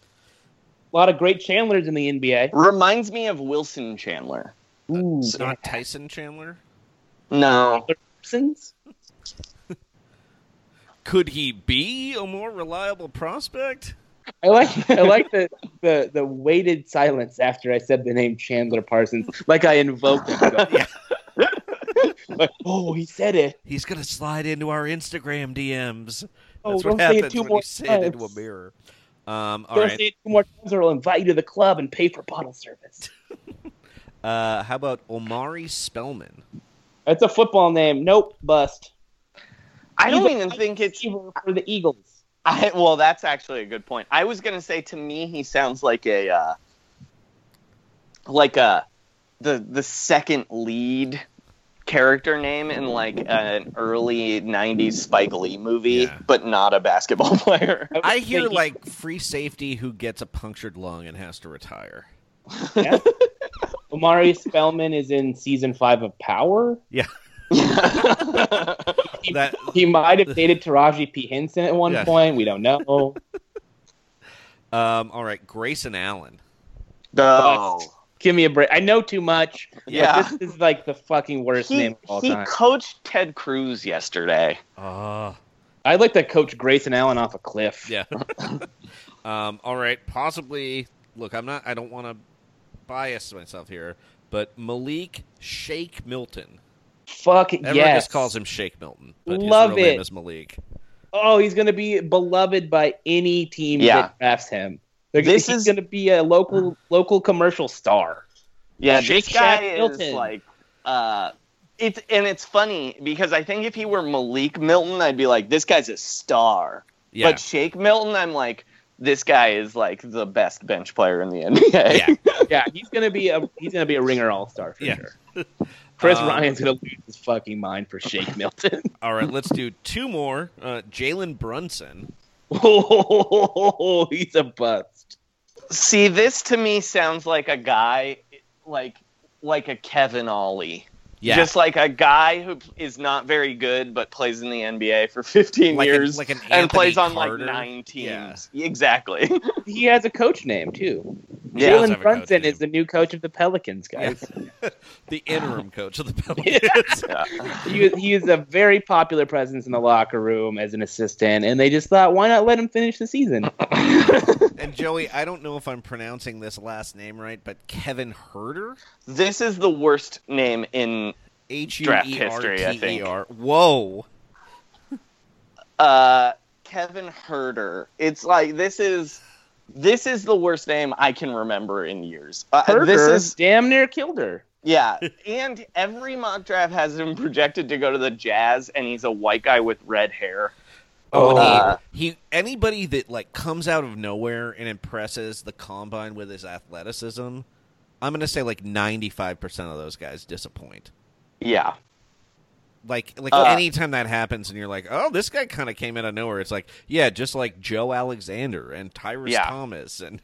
Speaker 5: a lot of great Chandlers in the NBA.
Speaker 3: Reminds me of Wilson Chandler.
Speaker 5: Ooh,
Speaker 4: It's not Tyson Chandler.
Speaker 3: No,
Speaker 5: Simpsons.
Speaker 4: Could he be a more reliable prospect?
Speaker 5: I like I like the, the the weighted silence after I said the name Chandler Parsons, like I invoked him. like, oh, he said it.
Speaker 4: He's going to slide into our Instagram DMs.
Speaker 5: Oh,
Speaker 4: That's
Speaker 5: don't
Speaker 4: what
Speaker 5: say it
Speaker 4: happens
Speaker 5: two
Speaker 4: when
Speaker 5: more
Speaker 4: you say it into a
Speaker 5: times.
Speaker 4: mirror. Um, all
Speaker 5: Don't
Speaker 4: right.
Speaker 5: say it two more times, or I'll invite you to the club and pay for bottle service.
Speaker 4: Uh, how about Omari Spellman?
Speaker 5: That's a football name. Nope, bust.
Speaker 3: I don't
Speaker 5: He's a
Speaker 3: even
Speaker 5: wide
Speaker 3: think it's.
Speaker 5: receiver for the Eagles.
Speaker 3: I, well, that's actually a good point. I was gonna say to me, he sounds like a, uh, like a, the the second lead character name in like an early '90s Spike Lee movie,
Speaker 4: Yeah.
Speaker 3: but not a basketball player.
Speaker 5: was
Speaker 4: I hear
Speaker 5: thinking-
Speaker 4: like free safety who gets a punctured lung and has to retire.
Speaker 5: Yeah. Omari Spellman is in season five of Power.
Speaker 4: Yeah.
Speaker 5: He,
Speaker 4: That-
Speaker 5: he might have dated Taraji P Henson at one
Speaker 4: Yeah.
Speaker 5: point. We don't know.
Speaker 4: Um, all right, Grayson Allen.
Speaker 5: Oh,
Speaker 3: No.
Speaker 5: Give me a break. I know too much. but
Speaker 3: Yeah.
Speaker 5: this is like the fucking worst name
Speaker 3: He,
Speaker 5: of all
Speaker 3: he
Speaker 5: time.
Speaker 3: coached Ted Cruz yesterday.
Speaker 4: Ah,
Speaker 5: I'd like to coach Grayson Allen off a cliff.
Speaker 4: yeah. um, all right, possibly. Look, I'm not. I don't want to bias myself here, but Malik Shake Milton.
Speaker 5: Fuck
Speaker 4: Everyone
Speaker 5: yes.
Speaker 4: just calls him Shake Milton, but
Speaker 5: Love
Speaker 4: his real name
Speaker 5: it.
Speaker 4: is Malik.
Speaker 5: Oh, he's gonna be beloved by any team
Speaker 3: Yeah.
Speaker 5: that drafts him. They're,
Speaker 3: This
Speaker 5: he's
Speaker 3: is-
Speaker 5: gonna be a local local commercial star.
Speaker 3: Yeah,
Speaker 5: Shake
Speaker 3: this guy
Speaker 5: Shack
Speaker 3: is
Speaker 5: Milton.
Speaker 3: like, uh, it's and it's funny because I think if he were Malik Milton, I'd be like, this guy's a star.
Speaker 4: Yeah,
Speaker 3: But Shake Milton, I'm like, this guy is like the best bench player in the NBA.
Speaker 4: yeah.
Speaker 5: Yeah, he's gonna be a he's gonna be a ringer all star for
Speaker 4: Yeah.
Speaker 5: sure. Chris
Speaker 4: Um,
Speaker 5: Ryan's gonna lose his fucking mind for Shake Milton.
Speaker 4: All right, let's do two more. Uh, Jalen Brunson.
Speaker 5: oh, he's a bust.
Speaker 3: See, this to me sounds like a guy, like like a Kevin Ollie.
Speaker 4: Yeah,
Speaker 3: Just like a guy who is not very good but plays in the NBA for 15
Speaker 4: Like an-
Speaker 3: years
Speaker 4: like an Anthony
Speaker 3: and plays on
Speaker 4: Carter?
Speaker 3: like nine teams. Exactly.
Speaker 5: He has a coach name too.
Speaker 3: Yeah.
Speaker 4: does have
Speaker 5: Jalen
Speaker 4: a coach
Speaker 5: Brunson
Speaker 4: name.
Speaker 5: is the new coach of the Pelicans, guys.
Speaker 4: the interim coach of the Pelicans.
Speaker 5: he, he is a very popular presence in the locker room as an assistant, and they just thought, why not let him finish the season?
Speaker 4: And Joey, I don't know if I'm pronouncing this last name right, but Kevin Herder,
Speaker 3: this is the worst name in
Speaker 4: H U
Speaker 3: Draft
Speaker 4: E R
Speaker 3: history, I
Speaker 4: T E
Speaker 3: think.
Speaker 4: R. Whoa,
Speaker 3: uh Kevin Herder. It's like this is this is the worst name I can remember in years. Uh,
Speaker 5: Herder
Speaker 3: this is
Speaker 5: damn near killed her.
Speaker 3: yeah, and every mock draft has him projected to go to the Jazz, and he's a white guy with red hair.
Speaker 4: Oh,
Speaker 3: Uh,
Speaker 4: he, he anybody that like comes out of nowhere and impresses the combine with his athleticism, I'm gonna say like 95 percent of those guys disappoint.
Speaker 3: yeah,
Speaker 4: Like like
Speaker 3: Uh,
Speaker 4: anytime that happens and you're like, oh, this guy kind of came out of nowhere. It's like yeah, just like Joe Alexander and Tyrus
Speaker 3: Yeah.
Speaker 4: Thomas and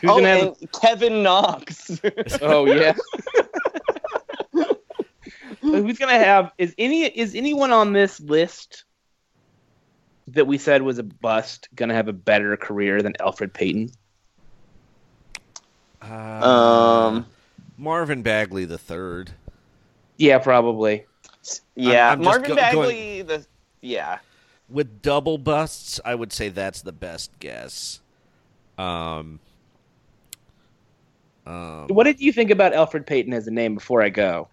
Speaker 5: Who's
Speaker 3: oh,
Speaker 5: gonna have?
Speaker 3: and Kevin Knox.
Speaker 5: Oh yeah. So who's gonna have is any is anyone on this list that we said was a bust gonna have a better career than Alfred Payton?
Speaker 3: Um,
Speaker 4: uh, Marvin Bagley the third.
Speaker 5: Yeah, probably.
Speaker 3: Yeah,
Speaker 4: I'm- I'm just
Speaker 3: Marvin
Speaker 4: go-
Speaker 3: Bagley. The yeah,
Speaker 4: with double busts, I would say that's the best guess. Um, um,
Speaker 5: What did you think about Alfred Payton as a name before I go?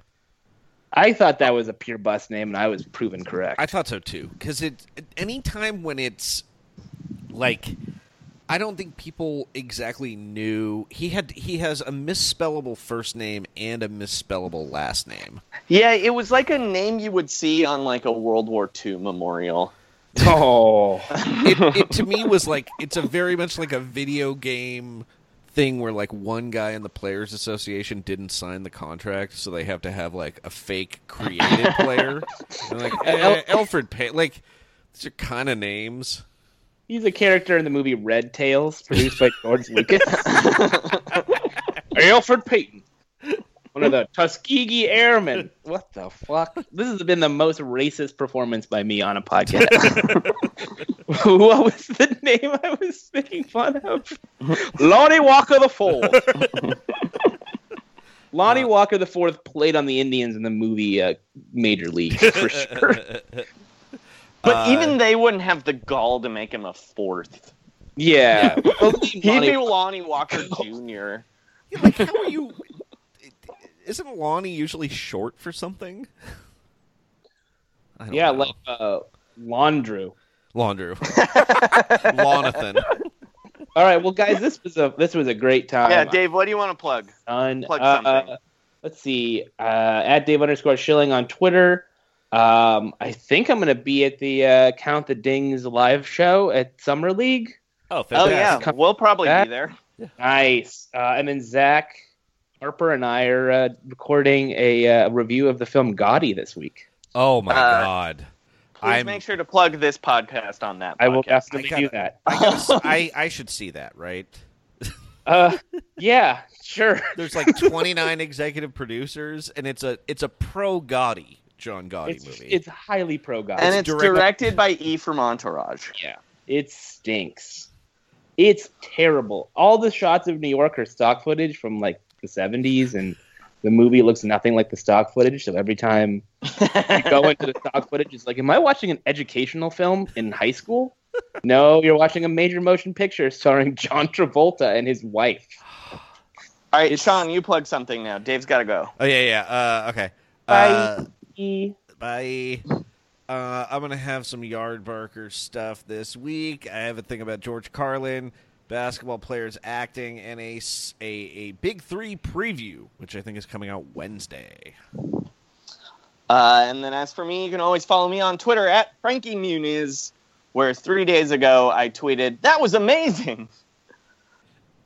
Speaker 5: I thought that was a pure bust name, and I was proven correct.
Speaker 4: I thought so too, because it any time when it's like I don't think people exactly knew he had he has a misspellable first name and a misspellable last name.
Speaker 3: yeah. It was like a name you would see on like a World War II memorial.
Speaker 5: Oh,
Speaker 4: It, it to me was like it's a very much like a video game thing where like one guy in the players association didn't sign the contract so they have to have like a fake created player and like eh, alfred pay like these are kind of names
Speaker 5: he's a character in the movie Red Tails, produced by George Lucas. Alfred Payton, one of the Tuskegee Airmen. What the fuck? This has been the most racist performance by me on a podcast. what was the name I was making fun of? Lonnie Walker the Fourth. Lonnie
Speaker 3: Uh,
Speaker 5: Walker the Fourth played on the Indians in the movie uh, Major League for sure.
Speaker 4: Uh,
Speaker 3: But even they wouldn't have the gall to make him a fourth.
Speaker 5: Yeah,
Speaker 3: He'd
Speaker 5: believe
Speaker 3: be
Speaker 5: Lonnie.
Speaker 3: Lonnie Walker Jr.
Speaker 4: Yeah, like how are you isn't lonnie usually short for something I don't
Speaker 5: Yeah,
Speaker 4: know.
Speaker 5: like uh, Laundrew.
Speaker 4: laundrew lonathan
Speaker 5: All right, well, guys, this was a this was a great time.
Speaker 3: Yeah, Dave, what do you want to plug?
Speaker 5: On,
Speaker 3: plug
Speaker 5: uh,
Speaker 3: something.
Speaker 5: uh, let's see, uh, at Dave underscore Schilling on Twitter. Um, I think I'm going to be at the uh, Count the Dings live show at Summer League.
Speaker 4: oh
Speaker 3: Oh
Speaker 4: fantastic
Speaker 3: yeah,
Speaker 5: Come
Speaker 3: we'll probably
Speaker 5: back.
Speaker 3: be there.
Speaker 5: Nice. Uh, and then Zach Harper and I are uh, recording a uh, review of the film Gotti this week.
Speaker 4: oh my
Speaker 3: Uh,
Speaker 4: god
Speaker 3: Please
Speaker 4: I'm-
Speaker 3: make sure to plug this podcast on that.
Speaker 5: I will
Speaker 3: podcast.
Speaker 4: I
Speaker 5: definitely
Speaker 4: gotta-
Speaker 5: do that.
Speaker 4: I, guess I I should see that right
Speaker 5: Uh, yeah, sure.
Speaker 4: There's like 29 executive producers, and it's a it's a pro Gotti John Gotti
Speaker 5: It's,
Speaker 4: movie.
Speaker 5: it's highly pro Gotti.
Speaker 3: And it's
Speaker 4: direct-
Speaker 3: directed by E from Entourage.
Speaker 5: Yeah. It stinks. It's terrible. All the shots of New York are stock footage from like the 70s, and the movie looks nothing like the stock footage. So every time you go into the stock footage, it's like, am I watching an educational film in high school? No, you're watching a major motion picture starring John Travolta and his wife.
Speaker 3: All right, Sean, you plug something now. Dave's got to go.
Speaker 4: oh yeah, yeah. Uh, okay.
Speaker 5: Bye.
Speaker 4: Uh,
Speaker 5: E.
Speaker 4: Bye. Uh, I'm gonna have some yard barker stuff this week. I have a thing about George Carlin, basketball players acting, and a s- a, a big three preview, which I think is coming out Wednesday.
Speaker 3: Uh, and then as for me, you can always follow me on Twitter at Frankie Muniz, where three days ago I tweeted, That was amazing.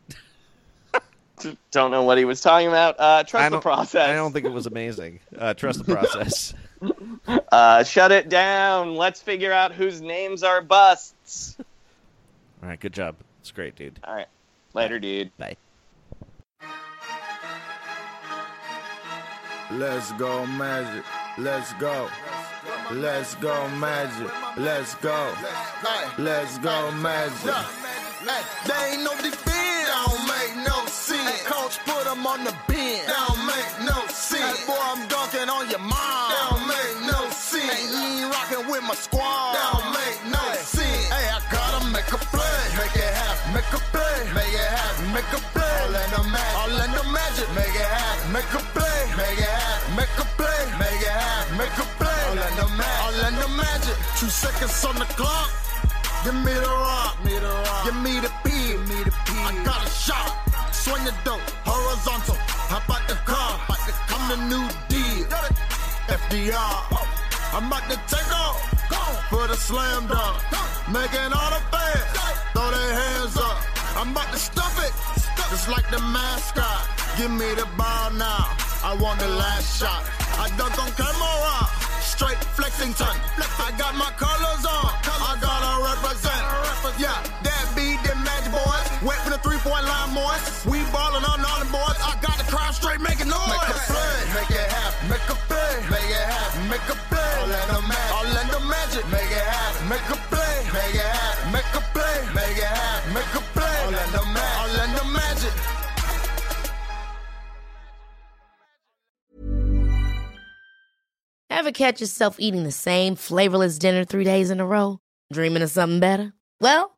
Speaker 3: don't know what he was talking about. Uh,
Speaker 4: I
Speaker 3: trust the
Speaker 4: don't-
Speaker 3: process.
Speaker 4: I don't think it was amazing. Uh, trust the process.
Speaker 3: Uh, shut it down. Let's figure out whose names are busts.
Speaker 4: All right, good job. It's great, dude.
Speaker 3: All right. Later, dude.
Speaker 4: Bye.
Speaker 9: Let's go magic. Let's go. Let's go magic. Let's go. Let's go magic. They ain't no defense. Don't make no sense. Coach put 'em on the bench. Don't make no sense. Boy, I'm dunking on your mom. Don't make no sense. Ain't you ain't rocking with my squad. Don't make no sense. Hey, I gotta make a play. Make it happen. Make a play. Make it happen. Make a play. All in the magic. All in the magic. Make it happen. Make a play. Make it happen. Make a play. Make it happen. Make a play. All in the magic. All in the magic. Two seconds on the clock. Give me the rock. Give me the beat. I got a shot. Swing the dope. Horizontal. How about the car? I'm the new deal. FDR. I'm about to take off. For the slam dunk. Making all the fans. Throw their hands up. I'm about to stuff it. Just like the mascot. Give me the ball now. I want the last shot. I dunk on camera. Straight Flexington. I got my colors on. I gotta represent. Yeah, that be the match, boys. Wet from the three-point line, boys. We ballin' on all the boys. I got the crowd straight making noise. Make a play, make it happen. Make a play, make it
Speaker 1: Make a play, make it happen. Make a play, make it happen. Make a play. Orlando Magic, Orlando Magic.
Speaker 10: Ever catch yourself eating the same flavorless dinner three days in a row? Dreaming of something better? Well,